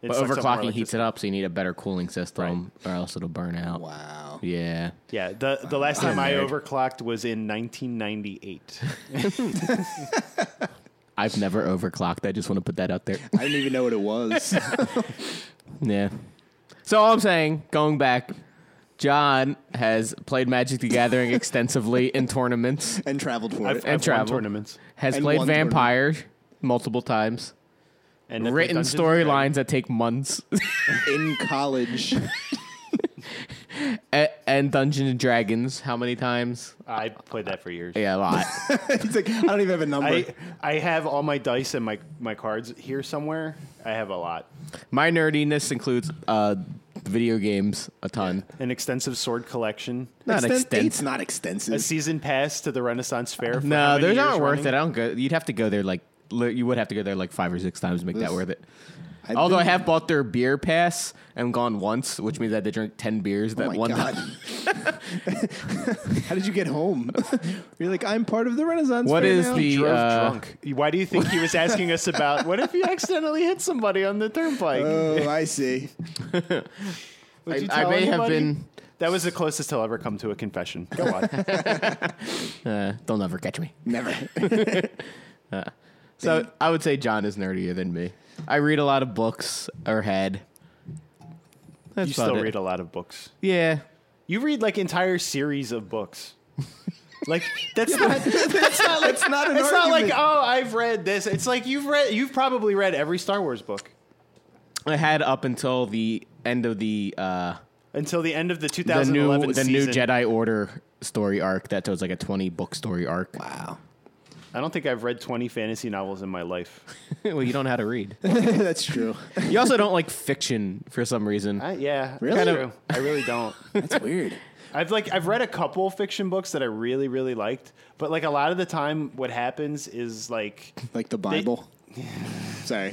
Speaker 1: It's like
Speaker 2: But
Speaker 1: something more
Speaker 2: overclocking heats
Speaker 1: electric-
Speaker 2: it up, so you need a better cooling system, or else it'll burn out.
Speaker 3: Wow.
Speaker 2: Yeah.
Speaker 1: Yeah. The, the last time I
Speaker 2: nerd.
Speaker 1: overclocked was in
Speaker 2: (laughs)
Speaker 1: 1998.
Speaker 2: I've never overclocked. I just want to put that out there.
Speaker 3: I didn't even know what
Speaker 2: (laughs)
Speaker 3: it was. (laughs)
Speaker 2: Yeah. So all I'm saying, going back, John has played Magic the
Speaker 1: (laughs)
Speaker 2: Gathering extensively in tournaments,
Speaker 3: and traveled for it.
Speaker 1: I've won
Speaker 2: travel.
Speaker 1: tournaments.
Speaker 2: has
Speaker 3: And
Speaker 2: played
Speaker 3: one
Speaker 2: Vampire multiple times,
Speaker 1: And I've
Speaker 2: written
Speaker 1: done Dungeons and Dragons.
Speaker 2: (laughs) storylines that take months,
Speaker 3: in college.
Speaker 2: (laughs) a- and Dungeons and Dragons. How many times?
Speaker 1: I played that for years.
Speaker 2: Yeah, a
Speaker 1: (laughs)
Speaker 2: lot.
Speaker 3: He's like, I don't even have a number.
Speaker 1: I, I have all my dice and my, my cards here somewhere. I have a lot.
Speaker 2: My nerdiness includes uh, video games a ton.
Speaker 1: An extensive sword collection.
Speaker 2: Not
Speaker 3: Exten-
Speaker 2: extensive.
Speaker 3: It's not
Speaker 1: A
Speaker 3: extensive.
Speaker 1: season pass to the Renaissance Fair. For how
Speaker 2: No,
Speaker 1: many
Speaker 2: those
Speaker 1: years
Speaker 2: aren't worth
Speaker 1: running?
Speaker 2: it. I don't go. You'd have to go there like li- you would have to go there like five or six times to make that
Speaker 3: This-
Speaker 2: worth it.
Speaker 3: I've
Speaker 2: Although I
Speaker 3: been-
Speaker 2: have bought their beer pass and gone once, which means I had to drink ten beers
Speaker 3: Oh
Speaker 2: that
Speaker 3: my
Speaker 2: one
Speaker 3: God.
Speaker 2: time.
Speaker 3: (laughs) How did you get home? (laughs) You're like, I'm part of the Renaissance.
Speaker 2: What
Speaker 3: Fair
Speaker 2: is
Speaker 3: now."
Speaker 2: the
Speaker 1: Drove
Speaker 2: uh,
Speaker 1: drunk. Why do you think he was asking us about what if you accidentally hit somebody on the turnpike?
Speaker 3: Oh, I see.
Speaker 1: Would
Speaker 2: I-
Speaker 1: you
Speaker 2: I
Speaker 1: tell
Speaker 2: may have
Speaker 1: anybody?
Speaker 2: been-
Speaker 1: That was the closest he'll ever come to a confession. Go
Speaker 2: (laughs)
Speaker 1: on.
Speaker 2: Uh, they'll never catch me.
Speaker 3: Never.
Speaker 2: So I would say John is nerdier than me. I read a lot of books or had. That's
Speaker 1: you still
Speaker 2: about it.
Speaker 1: read a lot of books.
Speaker 2: Yeah.
Speaker 1: You read like entire series of
Speaker 2: (laughs)
Speaker 1: books. Like that's not
Speaker 3: (laughs) that's not. That's not an
Speaker 1: it's not like
Speaker 3: argument.
Speaker 1: oh I've read this. It's like you've read you've probably read every Star Wars book
Speaker 2: I had up until the end of the uh,
Speaker 1: until the end of the
Speaker 2: the
Speaker 1: 2011
Speaker 2: new the new
Speaker 1: season.
Speaker 2: Jedi Order story arc. That was like a twenty book story arc.
Speaker 3: Wow.
Speaker 1: I don't think I've read 20 fantasy novels in my life.
Speaker 2: (laughs) well, you don't know how to read.
Speaker 3: (laughs) that's true.
Speaker 2: You also don't like fiction for some reason.
Speaker 1: I, yeah,
Speaker 3: Really?
Speaker 1: that's true. I really don't.
Speaker 3: That's weird.
Speaker 1: I've like I've read a couple fiction books that I really really liked, but like a lot of the time, what happens is like
Speaker 3: (laughs) Like the Bible. Sorry.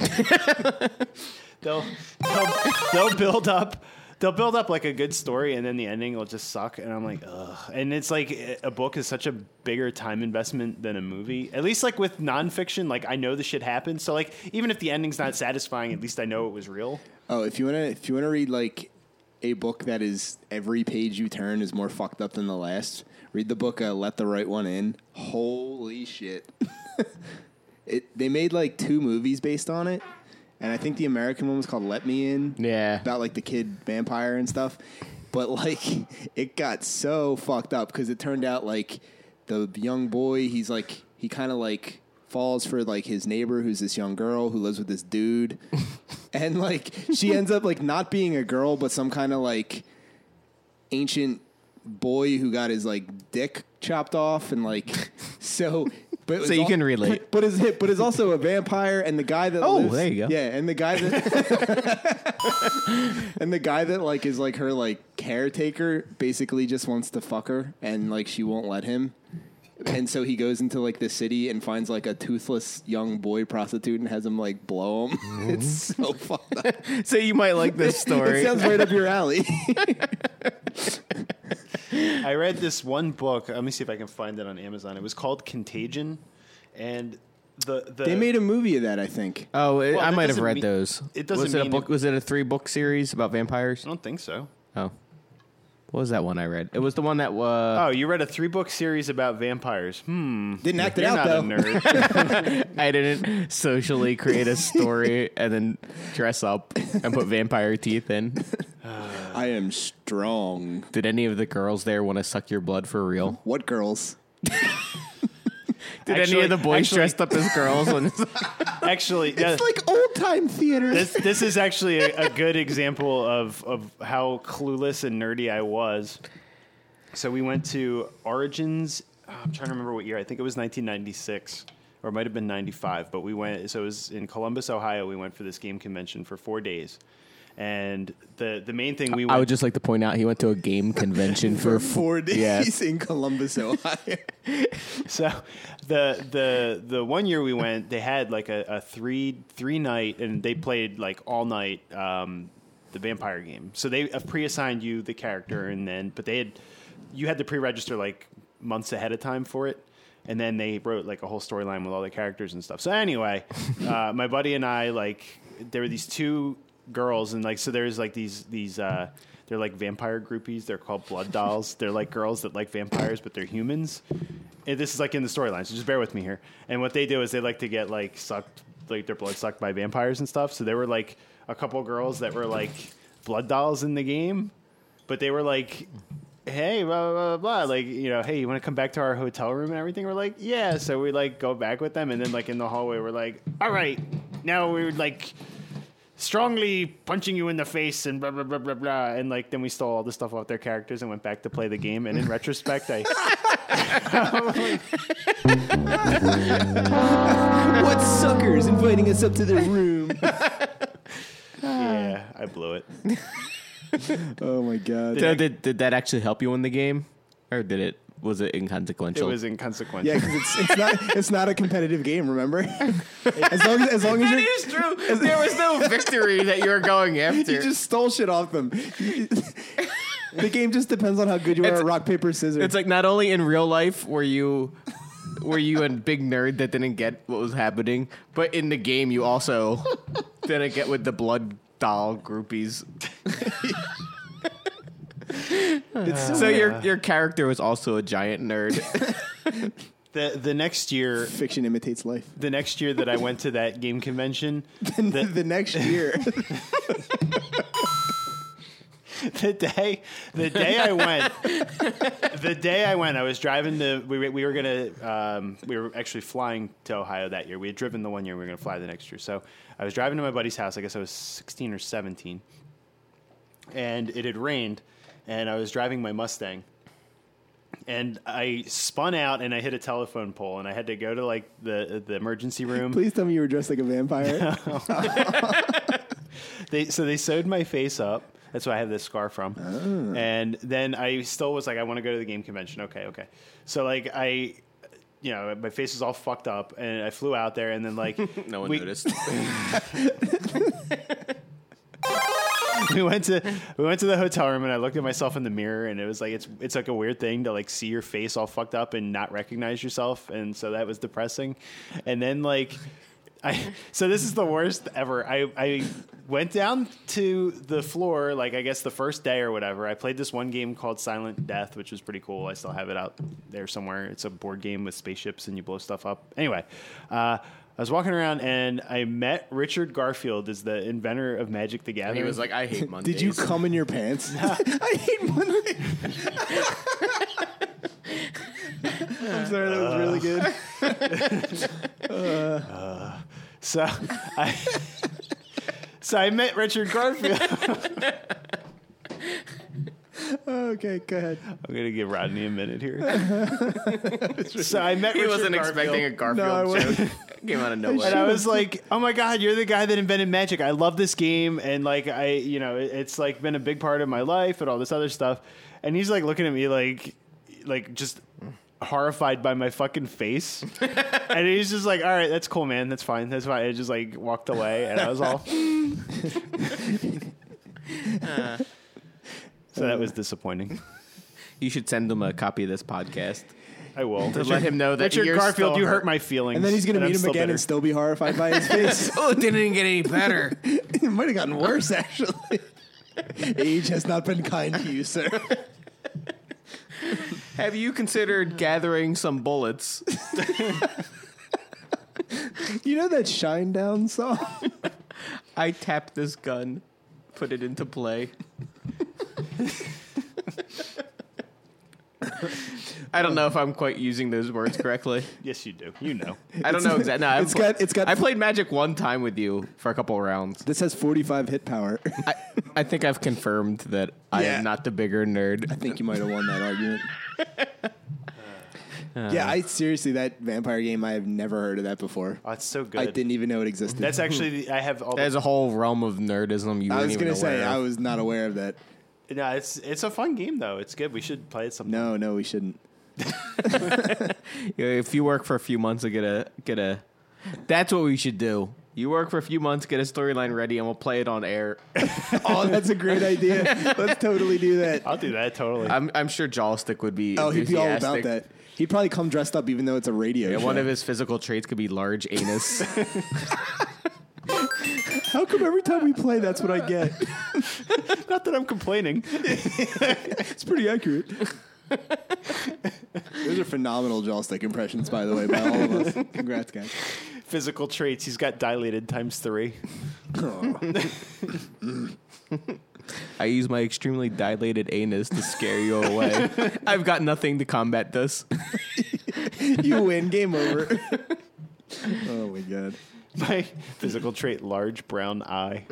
Speaker 1: they'll they'll, they'll build up they'll build up like a good story and then the ending will just suck and i'm like ugh and it's like a book is such a bigger time investment than a movie at least like with nonfiction like i know the shit happened so like even if the ending's not satisfying at least i know it was real
Speaker 3: Oh, if you wanna, if you wanna read like a book that is every page you turn is more fucked up than the last, read the book uh, "Let the Right One In." Holy shit! (laughs) it they made like two movies based on it, and I think the American one was called "Let Me In."
Speaker 2: Yeah.
Speaker 3: about like the kid vampire and stuff. But like, (laughs) it got so fucked up because it turned out like the young boy, he's like, he kind of like falls for like his neighbor who's this young girl who lives with this dude. and like,
Speaker 2: (laughs)
Speaker 3: she ends up like not being a girl, but some kind of like ancient boy who got his like dick chopped off and like, (laughs) so. But it was
Speaker 2: you
Speaker 3: al-
Speaker 2: can relate.
Speaker 3: but is but is also a vampire, and the guy that
Speaker 2: Oh,
Speaker 3: lives-
Speaker 2: there you go.
Speaker 3: yeah, and the guy that (laughs) and the guy that like is like her like caretaker basically just wants to fuck her and like she won't let him. And so he goes into like the city and finds like a toothless young boy prostitute and has him like blow him. (laughs) it's
Speaker 2: Mm-hmm.
Speaker 3: so fucked up.
Speaker 2: so you might like this story.
Speaker 3: It sounds right up
Speaker 1: (laughs)
Speaker 3: your alley.
Speaker 1: I read this one book. Let me see if I can find it on Amazon. It was called Contagion, and the, the
Speaker 3: they made a movie of that, I think.
Speaker 1: Uh,
Speaker 2: oh, it,
Speaker 1: Well,
Speaker 2: I
Speaker 1: that
Speaker 2: might have
Speaker 1: doesn't
Speaker 2: read
Speaker 1: mean-
Speaker 2: those.
Speaker 1: it doesn't
Speaker 2: was it a
Speaker 1: mean
Speaker 2: book?
Speaker 1: it-
Speaker 2: was it a three book series about vampires?
Speaker 1: I don't think so.
Speaker 2: Oh, what was that one I read? It was the one that uh, was.
Speaker 1: Oh, you read a three book series about vampires. Hmm.
Speaker 3: Didn't act it
Speaker 1: You're
Speaker 3: out
Speaker 1: not
Speaker 3: though.
Speaker 1: a nerd.
Speaker 2: I didn't socially create a story and then dress up and put vampire teeth in.
Speaker 3: I am strong.
Speaker 2: Did any of the girls there want to suck your blood for real?
Speaker 3: What girls?
Speaker 2: (laughs) Did
Speaker 1: Actually-
Speaker 2: any of the boys
Speaker 1: actually-
Speaker 2: dressed up as girls? When,
Speaker 1: Actually, yeah.
Speaker 3: It's like old time theater.
Speaker 1: this this is actually a, a good example of of how clueless and nerdy I was. So we went to Origins. oh, I'm trying to remember what year. I think it was 1996 or it might have been 95. But we went. So it was in Columbus, Ohio. We went for this game convention for four days, and the the main thing we went
Speaker 2: I would just like to point out he went to a game convention for (laughs)
Speaker 3: Four
Speaker 2: Yeah.
Speaker 3: days in Columbus, Ohio.
Speaker 1: so the the the one year we went, they had like a, a three three night, and they played like all night um, the vampire game. So they pre assigned you the character, and then but they had you had to pre register like months ahead of time for it. And then they wrote like a whole storyline with all the characters and stuff. So anyway, uh, my buddy and I like there were these two girls and like so there's like these these uh they're like vampire groupies they're called blood dolls they're like girls that like vampires but they're humans and this is like in the storyline so just bear with me here and what they do is they like to get like sucked like their blood sucked by vampires and stuff so there were like a couple girls that were like blood dolls in the game but they were like hey blah blah blah, blah. like you know hey you want to come back to our hotel room and everything we're like yeah so we like go back with them and then like in the hallway we're like all right now we're like strongly punching you in the face and blah blah blah blah blah. And like then we stole all the stuff off their characters and went back to play the game. And in retrospect, I
Speaker 3: (laughs) What suckers inviting us up to their
Speaker 2: (laughs)
Speaker 3: room?
Speaker 1: yeah, I blew (laughs) it.
Speaker 3: oh my god.
Speaker 2: So did, did that actually help you in the game, or did it was it inconsequential?
Speaker 1: It was inconsequential.
Speaker 3: (laughs) Yeah, because it's, it's not it's not a competitive game. Remember, (laughs) as long as as long as
Speaker 2: That
Speaker 3: you're,
Speaker 2: is true. There was no victory that you were going after.
Speaker 3: you just stole shit off them. (laughs) the game just depends on how good you are
Speaker 2: It's-
Speaker 3: at rock paper scissors.
Speaker 2: It's like not only in real life were you were you a big nerd that didn't get what was happening, but in the game you (laughs) also didn't get with the blood doll
Speaker 3: (laughs)
Speaker 2: groupies.
Speaker 3: Ah.
Speaker 2: so your your character was also a giant nerd.
Speaker 1: The the next year,
Speaker 3: fiction imitates life.
Speaker 1: the next year that I went to that game (laughs) convention,
Speaker 3: (laughs) the, next year,
Speaker 1: (laughs) the day the day I went the day I went I was driving the we, were- we were gonna um, we were actually flying to Ohio that year we had driven the one year we were gonna fly the next year so I was driving to my buddy's house I guess I was 16 or 17 and it had rained and I was driving my Mustang and I spun out and I hit a telephone pole and I had to go to like the the emergency room
Speaker 3: please tell me you were dressed like a vampire.
Speaker 1: They so they sewed my face up. That's why I have this scar from. And then I still was like, I want to go to the game convention. Okay, okay. So like I, you know, my face is all fucked up, and I flew out there, and then
Speaker 2: (laughs)
Speaker 1: like
Speaker 2: No one
Speaker 1: we-
Speaker 2: noticed.
Speaker 1: (laughs) we went to we went to the hotel room and I looked at myself in the mirror and it was like it's it's like a weird thing to like see your face all fucked up and not recognize yourself and so that was depressing. And then like I so this is the worst ever. I I went down to the floor like I guess the first day or whatever. I played this one game called Silent Death which was pretty cool. I still have it out there somewhere. It's a board game with spaceships and you blow stuff up. Anyway, uh I was walking around and I met Richard Garfield, is the inventor of Magic the Gathering.
Speaker 2: He was like, I (laughs) hate Mondays.
Speaker 3: Did you come in your pants? (laughs) I hate Monday. I'm sorry, that was really good.
Speaker 1: So (laughs) I So I met Richard Garfield. (laughs)
Speaker 3: Okay, go ahead.
Speaker 1: I'm gonna give Rodney a minute
Speaker 2: (laughs)
Speaker 1: here. so I met
Speaker 2: He
Speaker 1: Richard
Speaker 2: wasn't
Speaker 1: Garfield,
Speaker 2: expecting a Garfield
Speaker 3: No, I
Speaker 2: (laughs)
Speaker 3: wasn't.
Speaker 2: joke. Came out of
Speaker 1: and I
Speaker 2: nowhere.
Speaker 1: was like, "Oh my God, you're the guy that invented magic. I love this game, and like I, you know, it- it's like been a big part of my life and all this other stuff." And he's like looking at me like, like just horrified by my fucking face, and he's just like, "All right, that's cool, man. That's fine. That's fine." I just like walked away, and I was all. So that was disappointing.
Speaker 2: You should send him a copy of this podcast.
Speaker 1: I will.
Speaker 2: To let him know that
Speaker 1: Richard
Speaker 2: you're
Speaker 1: Garfield,
Speaker 2: still
Speaker 1: you hurt
Speaker 2: hurt.
Speaker 1: my feelings.
Speaker 3: And then he's gonna
Speaker 1: I'm
Speaker 3: meet him
Speaker 1: still
Speaker 3: again
Speaker 1: bitter.
Speaker 3: and still be horrified by his face.
Speaker 2: Oh, it didn't get any better.
Speaker 3: it might have gotten worse, actually. Age has not been kind to you, sir.
Speaker 2: (laughs) Have you considered gathering some bullets?
Speaker 3: You know that Shine Down song?
Speaker 2: I tapped this gun, put it into play. I don't know if I'm quite using those words correctly.
Speaker 1: Yes, you do. You know.
Speaker 2: I don't know exactly. No,
Speaker 3: It's
Speaker 2: I've
Speaker 3: got- it's got-
Speaker 2: I played Magic one time with you for a couple rounds.
Speaker 3: This has 45 hit power.
Speaker 2: I, I think I've confirmed that I
Speaker 3: Yeah.
Speaker 2: am not the bigger nerd.
Speaker 3: I think you might have won that argument.
Speaker 2: Uh.
Speaker 3: yeah, I seriously that vampire game. I have never heard of that before.
Speaker 1: Oh, it's so good.
Speaker 3: I didn't even know it existed.
Speaker 1: That's actually the, I have all.
Speaker 2: There's
Speaker 1: The,
Speaker 2: a whole realm of nerdism you
Speaker 3: I
Speaker 2: weren't
Speaker 3: was
Speaker 2: even
Speaker 3: gonna say
Speaker 2: aware
Speaker 3: I
Speaker 2: of.
Speaker 3: was not aware of that.
Speaker 1: no, it's it's a fun game though. It's good. We should play it sometime.
Speaker 3: No, no, we shouldn't.
Speaker 2: Yeah, If you work for a few months, and get a get a. That's what we should do. You work for a few months, get a storyline ready, and we'll play it on air.
Speaker 3: (laughs) Oh, that's a
Speaker 2: (laughs)
Speaker 3: great idea. Let's totally do
Speaker 2: Oh,
Speaker 3: that.
Speaker 1: I'll do that totally.
Speaker 2: I'm I'm sure Jawstick would be.
Speaker 3: Oh, he'd be all about
Speaker 2: enthusiastic.
Speaker 3: that. He'd probably come dressed up, even though it's a radio.
Speaker 2: Yeah,
Speaker 3: show.
Speaker 2: one of his physical traits could be large anus.
Speaker 3: How come every time we play, (laughs) that's what I get?
Speaker 1: Not that I'm complaining.
Speaker 3: It's pretty accurate. Those are phenomenal jawstick impressions, by the way, by all of (laughs) us. Congrats, guys.
Speaker 1: (laughs) Physical traits. He's got dilated times three. (laughs)
Speaker 2: I use my extremely dilated anus to scare you
Speaker 3: (laughs)
Speaker 2: away. I've got nothing to combat this.
Speaker 3: (laughs) You win. Game over. oh my god.
Speaker 1: My physical trait: large brown eye.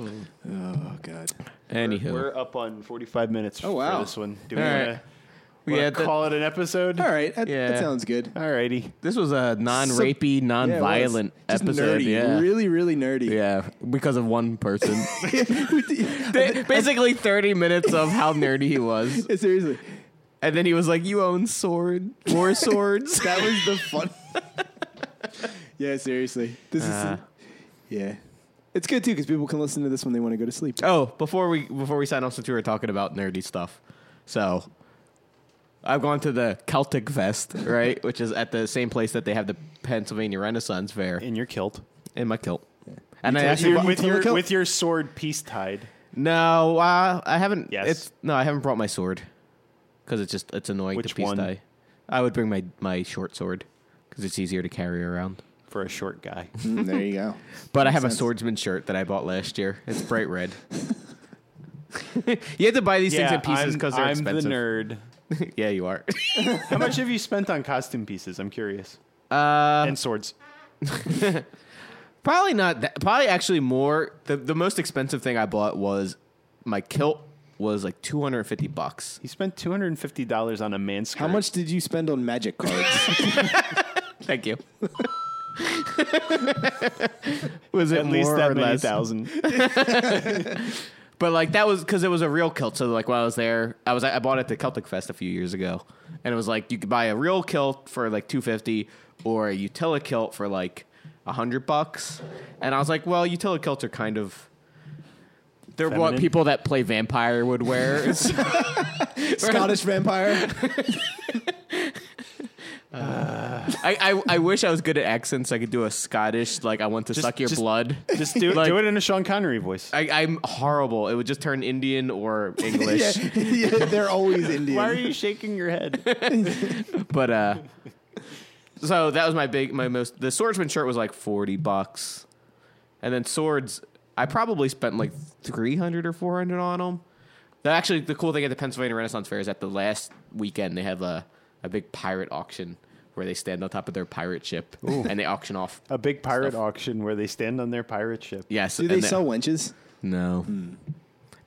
Speaker 3: Oh God.
Speaker 2: Anywho,
Speaker 1: We're up on 45 minutes
Speaker 3: Oh, wow.
Speaker 1: for this one. Do we
Speaker 2: All
Speaker 1: wanna,
Speaker 2: right. we
Speaker 1: wanna
Speaker 2: had the-
Speaker 1: call it an episode?
Speaker 3: All right. That, that
Speaker 2: Yeah.
Speaker 3: sounds good.
Speaker 1: Alrighty.
Speaker 2: this was a non-rapey,
Speaker 3: Yeah, it was.
Speaker 2: non-violent
Speaker 3: Just
Speaker 2: episode.
Speaker 3: nerdy.
Speaker 2: Yeah,
Speaker 3: Really, really nerdy.
Speaker 2: yeah, because of one
Speaker 3: (laughs)
Speaker 2: person.
Speaker 3: Yeah.
Speaker 2: Ba- Basically, thirty minutes of how nerdy he was,
Speaker 3: Seriously.
Speaker 2: and then he was like, "You own sword, more swords."
Speaker 3: That was the fun. (laughs) yeah, seriously. This
Speaker 2: Uh.
Speaker 3: is. Yeah. It's good too because people can listen to this when they want to go to sleep.
Speaker 2: Oh, before we before we sign off, since we were talking about nerdy stuff, so I've gone to the Celtic Fest, right, which is at the same place that they have the Pennsylvania Renaissance Fair
Speaker 1: In your kilt.
Speaker 2: in my kilt, and I
Speaker 3: took
Speaker 2: actually
Speaker 3: your-
Speaker 1: with
Speaker 3: you
Speaker 1: your
Speaker 3: kilt?
Speaker 1: with your sword peace tied.
Speaker 2: no, uh, I haven't.
Speaker 1: Yes.
Speaker 2: it's, no, I haven't brought my sword because it's just it's annoying
Speaker 1: Which
Speaker 2: to piece
Speaker 1: one?
Speaker 2: tie. I would bring my my short sword because it's easier to carry around.
Speaker 1: for a short guy.
Speaker 3: Mm, there you go.
Speaker 2: But I have a
Speaker 3: sense.
Speaker 2: swordsman shirt that I bought last year. It's bright red. (laughs) you have to buy these things in pieces because they're
Speaker 1: I'm
Speaker 2: expensive.
Speaker 1: the nerd.
Speaker 2: (laughs) yeah, you are.
Speaker 1: How much have you spent on costume pieces? I'm curious.
Speaker 2: Uh,
Speaker 1: and swords.
Speaker 2: probably not. That, probably actually more. The the most expensive thing I bought was my kilt was like two hundred and fifty bucks.
Speaker 1: He spent two hundred and fifty dollars on a man skirt.
Speaker 3: How much did you spend on magic (laughs) cards?
Speaker 2: Thank you. (laughs) was it
Speaker 1: At least
Speaker 2: more
Speaker 1: that
Speaker 2: or
Speaker 1: many (laughs)
Speaker 2: less?
Speaker 1: thousand.
Speaker 2: But like that was because it was a real kilt. So like when I was there, I was I bought it at the Celtic Fest a few years ago, and it was like you could buy a real kilt for like two fifty or a Utila kilt for like hundred bucks. And I was like, well, Utila kilts are kind of they're what
Speaker 1: Feminine?
Speaker 2: people that play vampire would wear. (laughs) So-
Speaker 3: Scottish vampire.
Speaker 2: I, I I wish I was good at accents. I could do a Scottish like I want to
Speaker 1: Just-
Speaker 2: suck your
Speaker 1: just-
Speaker 2: blood.
Speaker 1: Just do it.
Speaker 2: Like-
Speaker 1: do it in a Sean Connery (laughs) voice.
Speaker 2: I, I'm horrible. It would just turn
Speaker 1: (laughs)
Speaker 2: Indian or English.
Speaker 3: (laughs) yeah, yeah, they're always Indian.
Speaker 1: Why are you shaking your head?
Speaker 2: But uh so that was my big my most the swordsman shirt was like 40 bucks. And then swords I probably spent like 300 or 400 on them. That actually the cool thing at the Pennsylvania Renaissance Fair is that the last weekend they have a a big pirate auction where they stand on top of their pirate ship and they auction off
Speaker 1: (laughs) a big pirate
Speaker 2: Stuff.
Speaker 1: auction where they stand on their pirate ship.
Speaker 2: Yes.
Speaker 3: Oh. Do
Speaker 2: and
Speaker 3: they sell wenches?
Speaker 2: No. Hmm.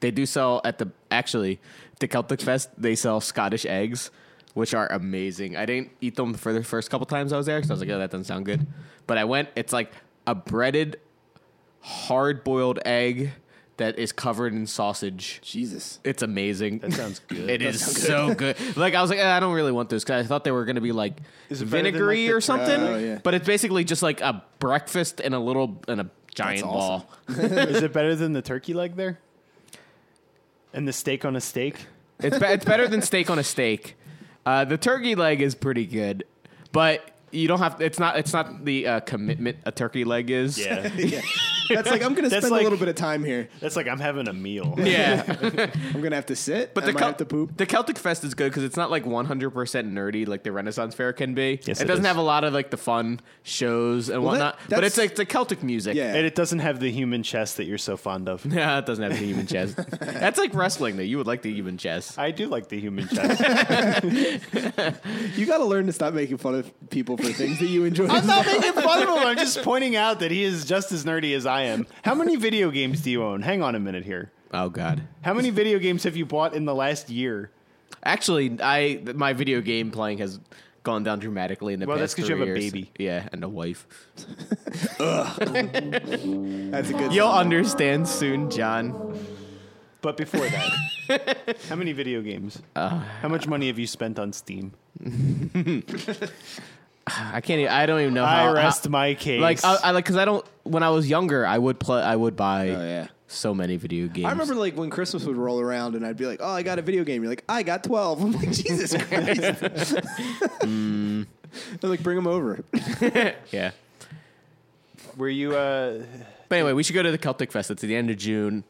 Speaker 2: They do sell at the actually the Celtic Fest. They sell Scottish eggs, which are amazing. I didn't eat them for the first couple times I was there because I was like, oh, that doesn't sound good. But I went. It's like a breaded, hard boiled egg that is covered in sausage.
Speaker 3: Jesus.
Speaker 2: It's amazing.
Speaker 1: That sounds good.
Speaker 2: It is so good. Like I was like, "Eh, I don't really want this because I thought they were going to be like
Speaker 1: Is it better than,
Speaker 2: vinegary
Speaker 1: like, the
Speaker 2: or something.
Speaker 3: Oh, yeah.
Speaker 2: But it's basically just like a breakfast and a little and a giant
Speaker 3: awesome.
Speaker 2: ball.
Speaker 1: is it better than the turkey leg there? And the steak on a steak?
Speaker 2: It's, be- it's better than steak on a steak. Uh, the turkey leg is pretty good, but you don't have. It's not. It's not the uh, commitment a turkey leg is.
Speaker 3: (laughs) Yeah. That's like I'm gonna
Speaker 1: That's
Speaker 3: spend
Speaker 1: like-
Speaker 3: a little bit of time here.
Speaker 1: (laughs) That's like I'm having a (laughs) meal.
Speaker 2: (laughs) Yeah.
Speaker 3: I'm gonna have to sit.
Speaker 2: But
Speaker 3: I
Speaker 2: the,
Speaker 3: might
Speaker 2: Cel-
Speaker 3: have to poop.
Speaker 2: the Celtic Fest is good because it's not like 100 percent nerdy like the Renaissance Fair can be.
Speaker 1: Yes,
Speaker 2: it,
Speaker 1: it
Speaker 2: doesn't
Speaker 1: is.
Speaker 2: have a lot of like the fun shows and
Speaker 3: Well, that-
Speaker 2: whatnot. but it's
Speaker 3: that's-
Speaker 2: like the Celtic music. (laughs)
Speaker 3: Yeah.
Speaker 1: And it doesn't have the human chest that you're so fond of.
Speaker 2: Nah, it doesn't have the human
Speaker 3: (laughs)
Speaker 2: chest. That's like wrestling though. You would like the human chest.
Speaker 1: I do like the (laughs) human chest.
Speaker 3: You gotta learn to stop making fun of people for things that you enjoy.
Speaker 1: I'm not making fun of him. I'm just (laughs) pointing out that he is just as nerdy as I am. How many video games do you own? Hang on a minute here.
Speaker 2: Oh God.
Speaker 1: How many video games have you bought in the last year?
Speaker 2: Actually, I th- my video game playing has gone down dramatically in the
Speaker 1: Well, that's
Speaker 2: past
Speaker 1: 'cause you
Speaker 2: three
Speaker 1: have a
Speaker 2: years.
Speaker 1: baby.
Speaker 2: Yeah, and a wife.
Speaker 3: (laughs) That's a good.
Speaker 2: You'll understand soon, John.
Speaker 1: But before that,
Speaker 2: (laughs)
Speaker 1: how many video games?
Speaker 2: Uh,
Speaker 1: how much money have you spent on Steam?
Speaker 2: I can't. Even, I don't even know how.
Speaker 1: I rest
Speaker 2: how-
Speaker 1: my case.
Speaker 2: like I, I like because I don't. When I was younger, I would play. I would buy.
Speaker 3: Oh, yeah.
Speaker 2: So many video games.
Speaker 3: I remember like when Christmas would roll around and I'd be like, "Oh, I got a video game." You're like, "I got 12." (laughs) I'm like, "Jesus Christ!" Mm. (laughs) I'm like, "Bring them (laughs) over."
Speaker 2: Yeah.
Speaker 1: Were you? Uh,
Speaker 2: But anyway, we should go to the Celtic Fest. It's at the end of June.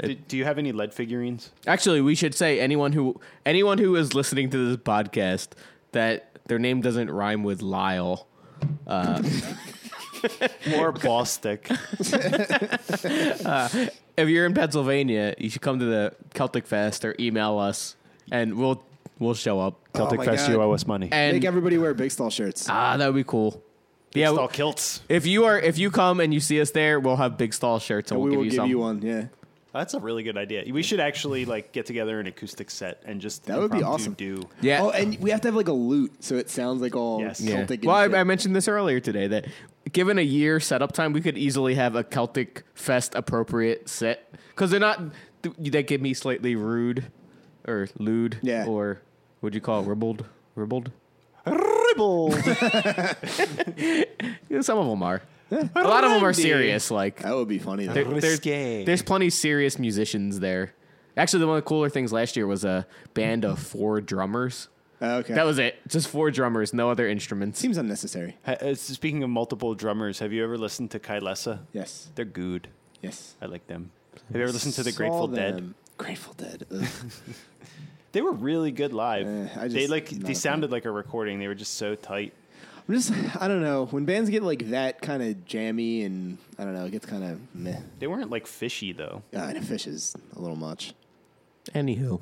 Speaker 1: do, do you have any lead
Speaker 2: (laughs)
Speaker 1: figurines?
Speaker 2: Actually, we should say anyone who anyone who is listening to this podcast that their name doesn't rhyme with Lyle.
Speaker 1: Or ball
Speaker 2: (laughs)
Speaker 1: stick?
Speaker 2: Oh if you're in Pennsylvania, you should come to the Celtic Fest or email us, and we'll we'll show up.
Speaker 1: Celtic
Speaker 3: my
Speaker 1: Fest,
Speaker 3: God.
Speaker 1: you owe us money.
Speaker 2: And
Speaker 3: Make everybody wear Big Stall shirts.
Speaker 2: ah, that would be cool. Yeah,
Speaker 1: Install kilts.
Speaker 2: if you are if you come and you see us there, we'll have big stall shirts and
Speaker 3: we
Speaker 2: we'll
Speaker 3: will
Speaker 2: give you
Speaker 3: give
Speaker 2: some.
Speaker 3: you one. Yeah.
Speaker 1: That's a really good idea. We should actually like get together an acoustic set and just
Speaker 3: That would be
Speaker 1: impromptu
Speaker 3: awesome.
Speaker 1: Do
Speaker 2: Yeah.
Speaker 3: Oh, and we have to have like a lute, so it sounds like all
Speaker 1: Yes. Yeah.
Speaker 3: Celtic. and
Speaker 2: Well, I,
Speaker 3: shit.
Speaker 2: I mentioned this earlier today that given a year setup time, we could easily have a Celtic fest appropriate set because they're not. th- They can be slightly rude or lewd.
Speaker 3: Yeah.
Speaker 2: Or would you call it ribald? Ribald? (laughs)
Speaker 1: ribble.
Speaker 2: Yeah, some of them are. A lot of them are
Speaker 1: Randy.
Speaker 2: serious. Like
Speaker 3: that would be funny. Though.
Speaker 2: there- there's,
Speaker 1: (laughs) Risque.
Speaker 2: there's plenty serious musicians there. Actually, the one of the cooler things last year was a band of four drummers.
Speaker 3: Oh, okay,
Speaker 2: That was it. Just four drummers, no other instruments.
Speaker 3: seems unnecessary.
Speaker 1: Ha- uh, Speaking of multiple drummers, have you ever listened to Kylesa?
Speaker 3: Yes,
Speaker 1: They're good.
Speaker 3: yes.
Speaker 1: I like them. Have you ever listened to the Grateful
Speaker 3: Saw
Speaker 1: Dead?
Speaker 3: them. Grateful Dead. Ugh.
Speaker 1: They were really good live.
Speaker 3: Eh, I
Speaker 1: they
Speaker 3: just-
Speaker 1: like
Speaker 3: not a
Speaker 1: they
Speaker 3: fan.
Speaker 1: sounded like a recording. They were just so tight.
Speaker 3: I'm just, I don't know. When bands get like that kind of jammy and I don't know, it gets kind of meh.
Speaker 1: They weren't like fishy
Speaker 3: (laughs)
Speaker 1: though.
Speaker 3: Uh, and a fish is a little much.
Speaker 2: Anywho.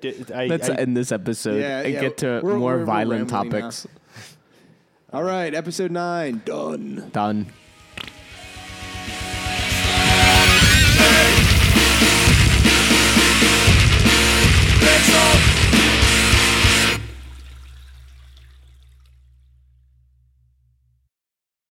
Speaker 1: Did- I-
Speaker 2: Let's
Speaker 1: I-
Speaker 2: end this episode
Speaker 3: Yeah,
Speaker 2: and
Speaker 3: yeah,
Speaker 2: get to
Speaker 3: we're-
Speaker 2: more
Speaker 3: we're- we're
Speaker 2: violent
Speaker 3: rambling now.
Speaker 2: topics.
Speaker 3: All right, episode nine done.
Speaker 2: Done.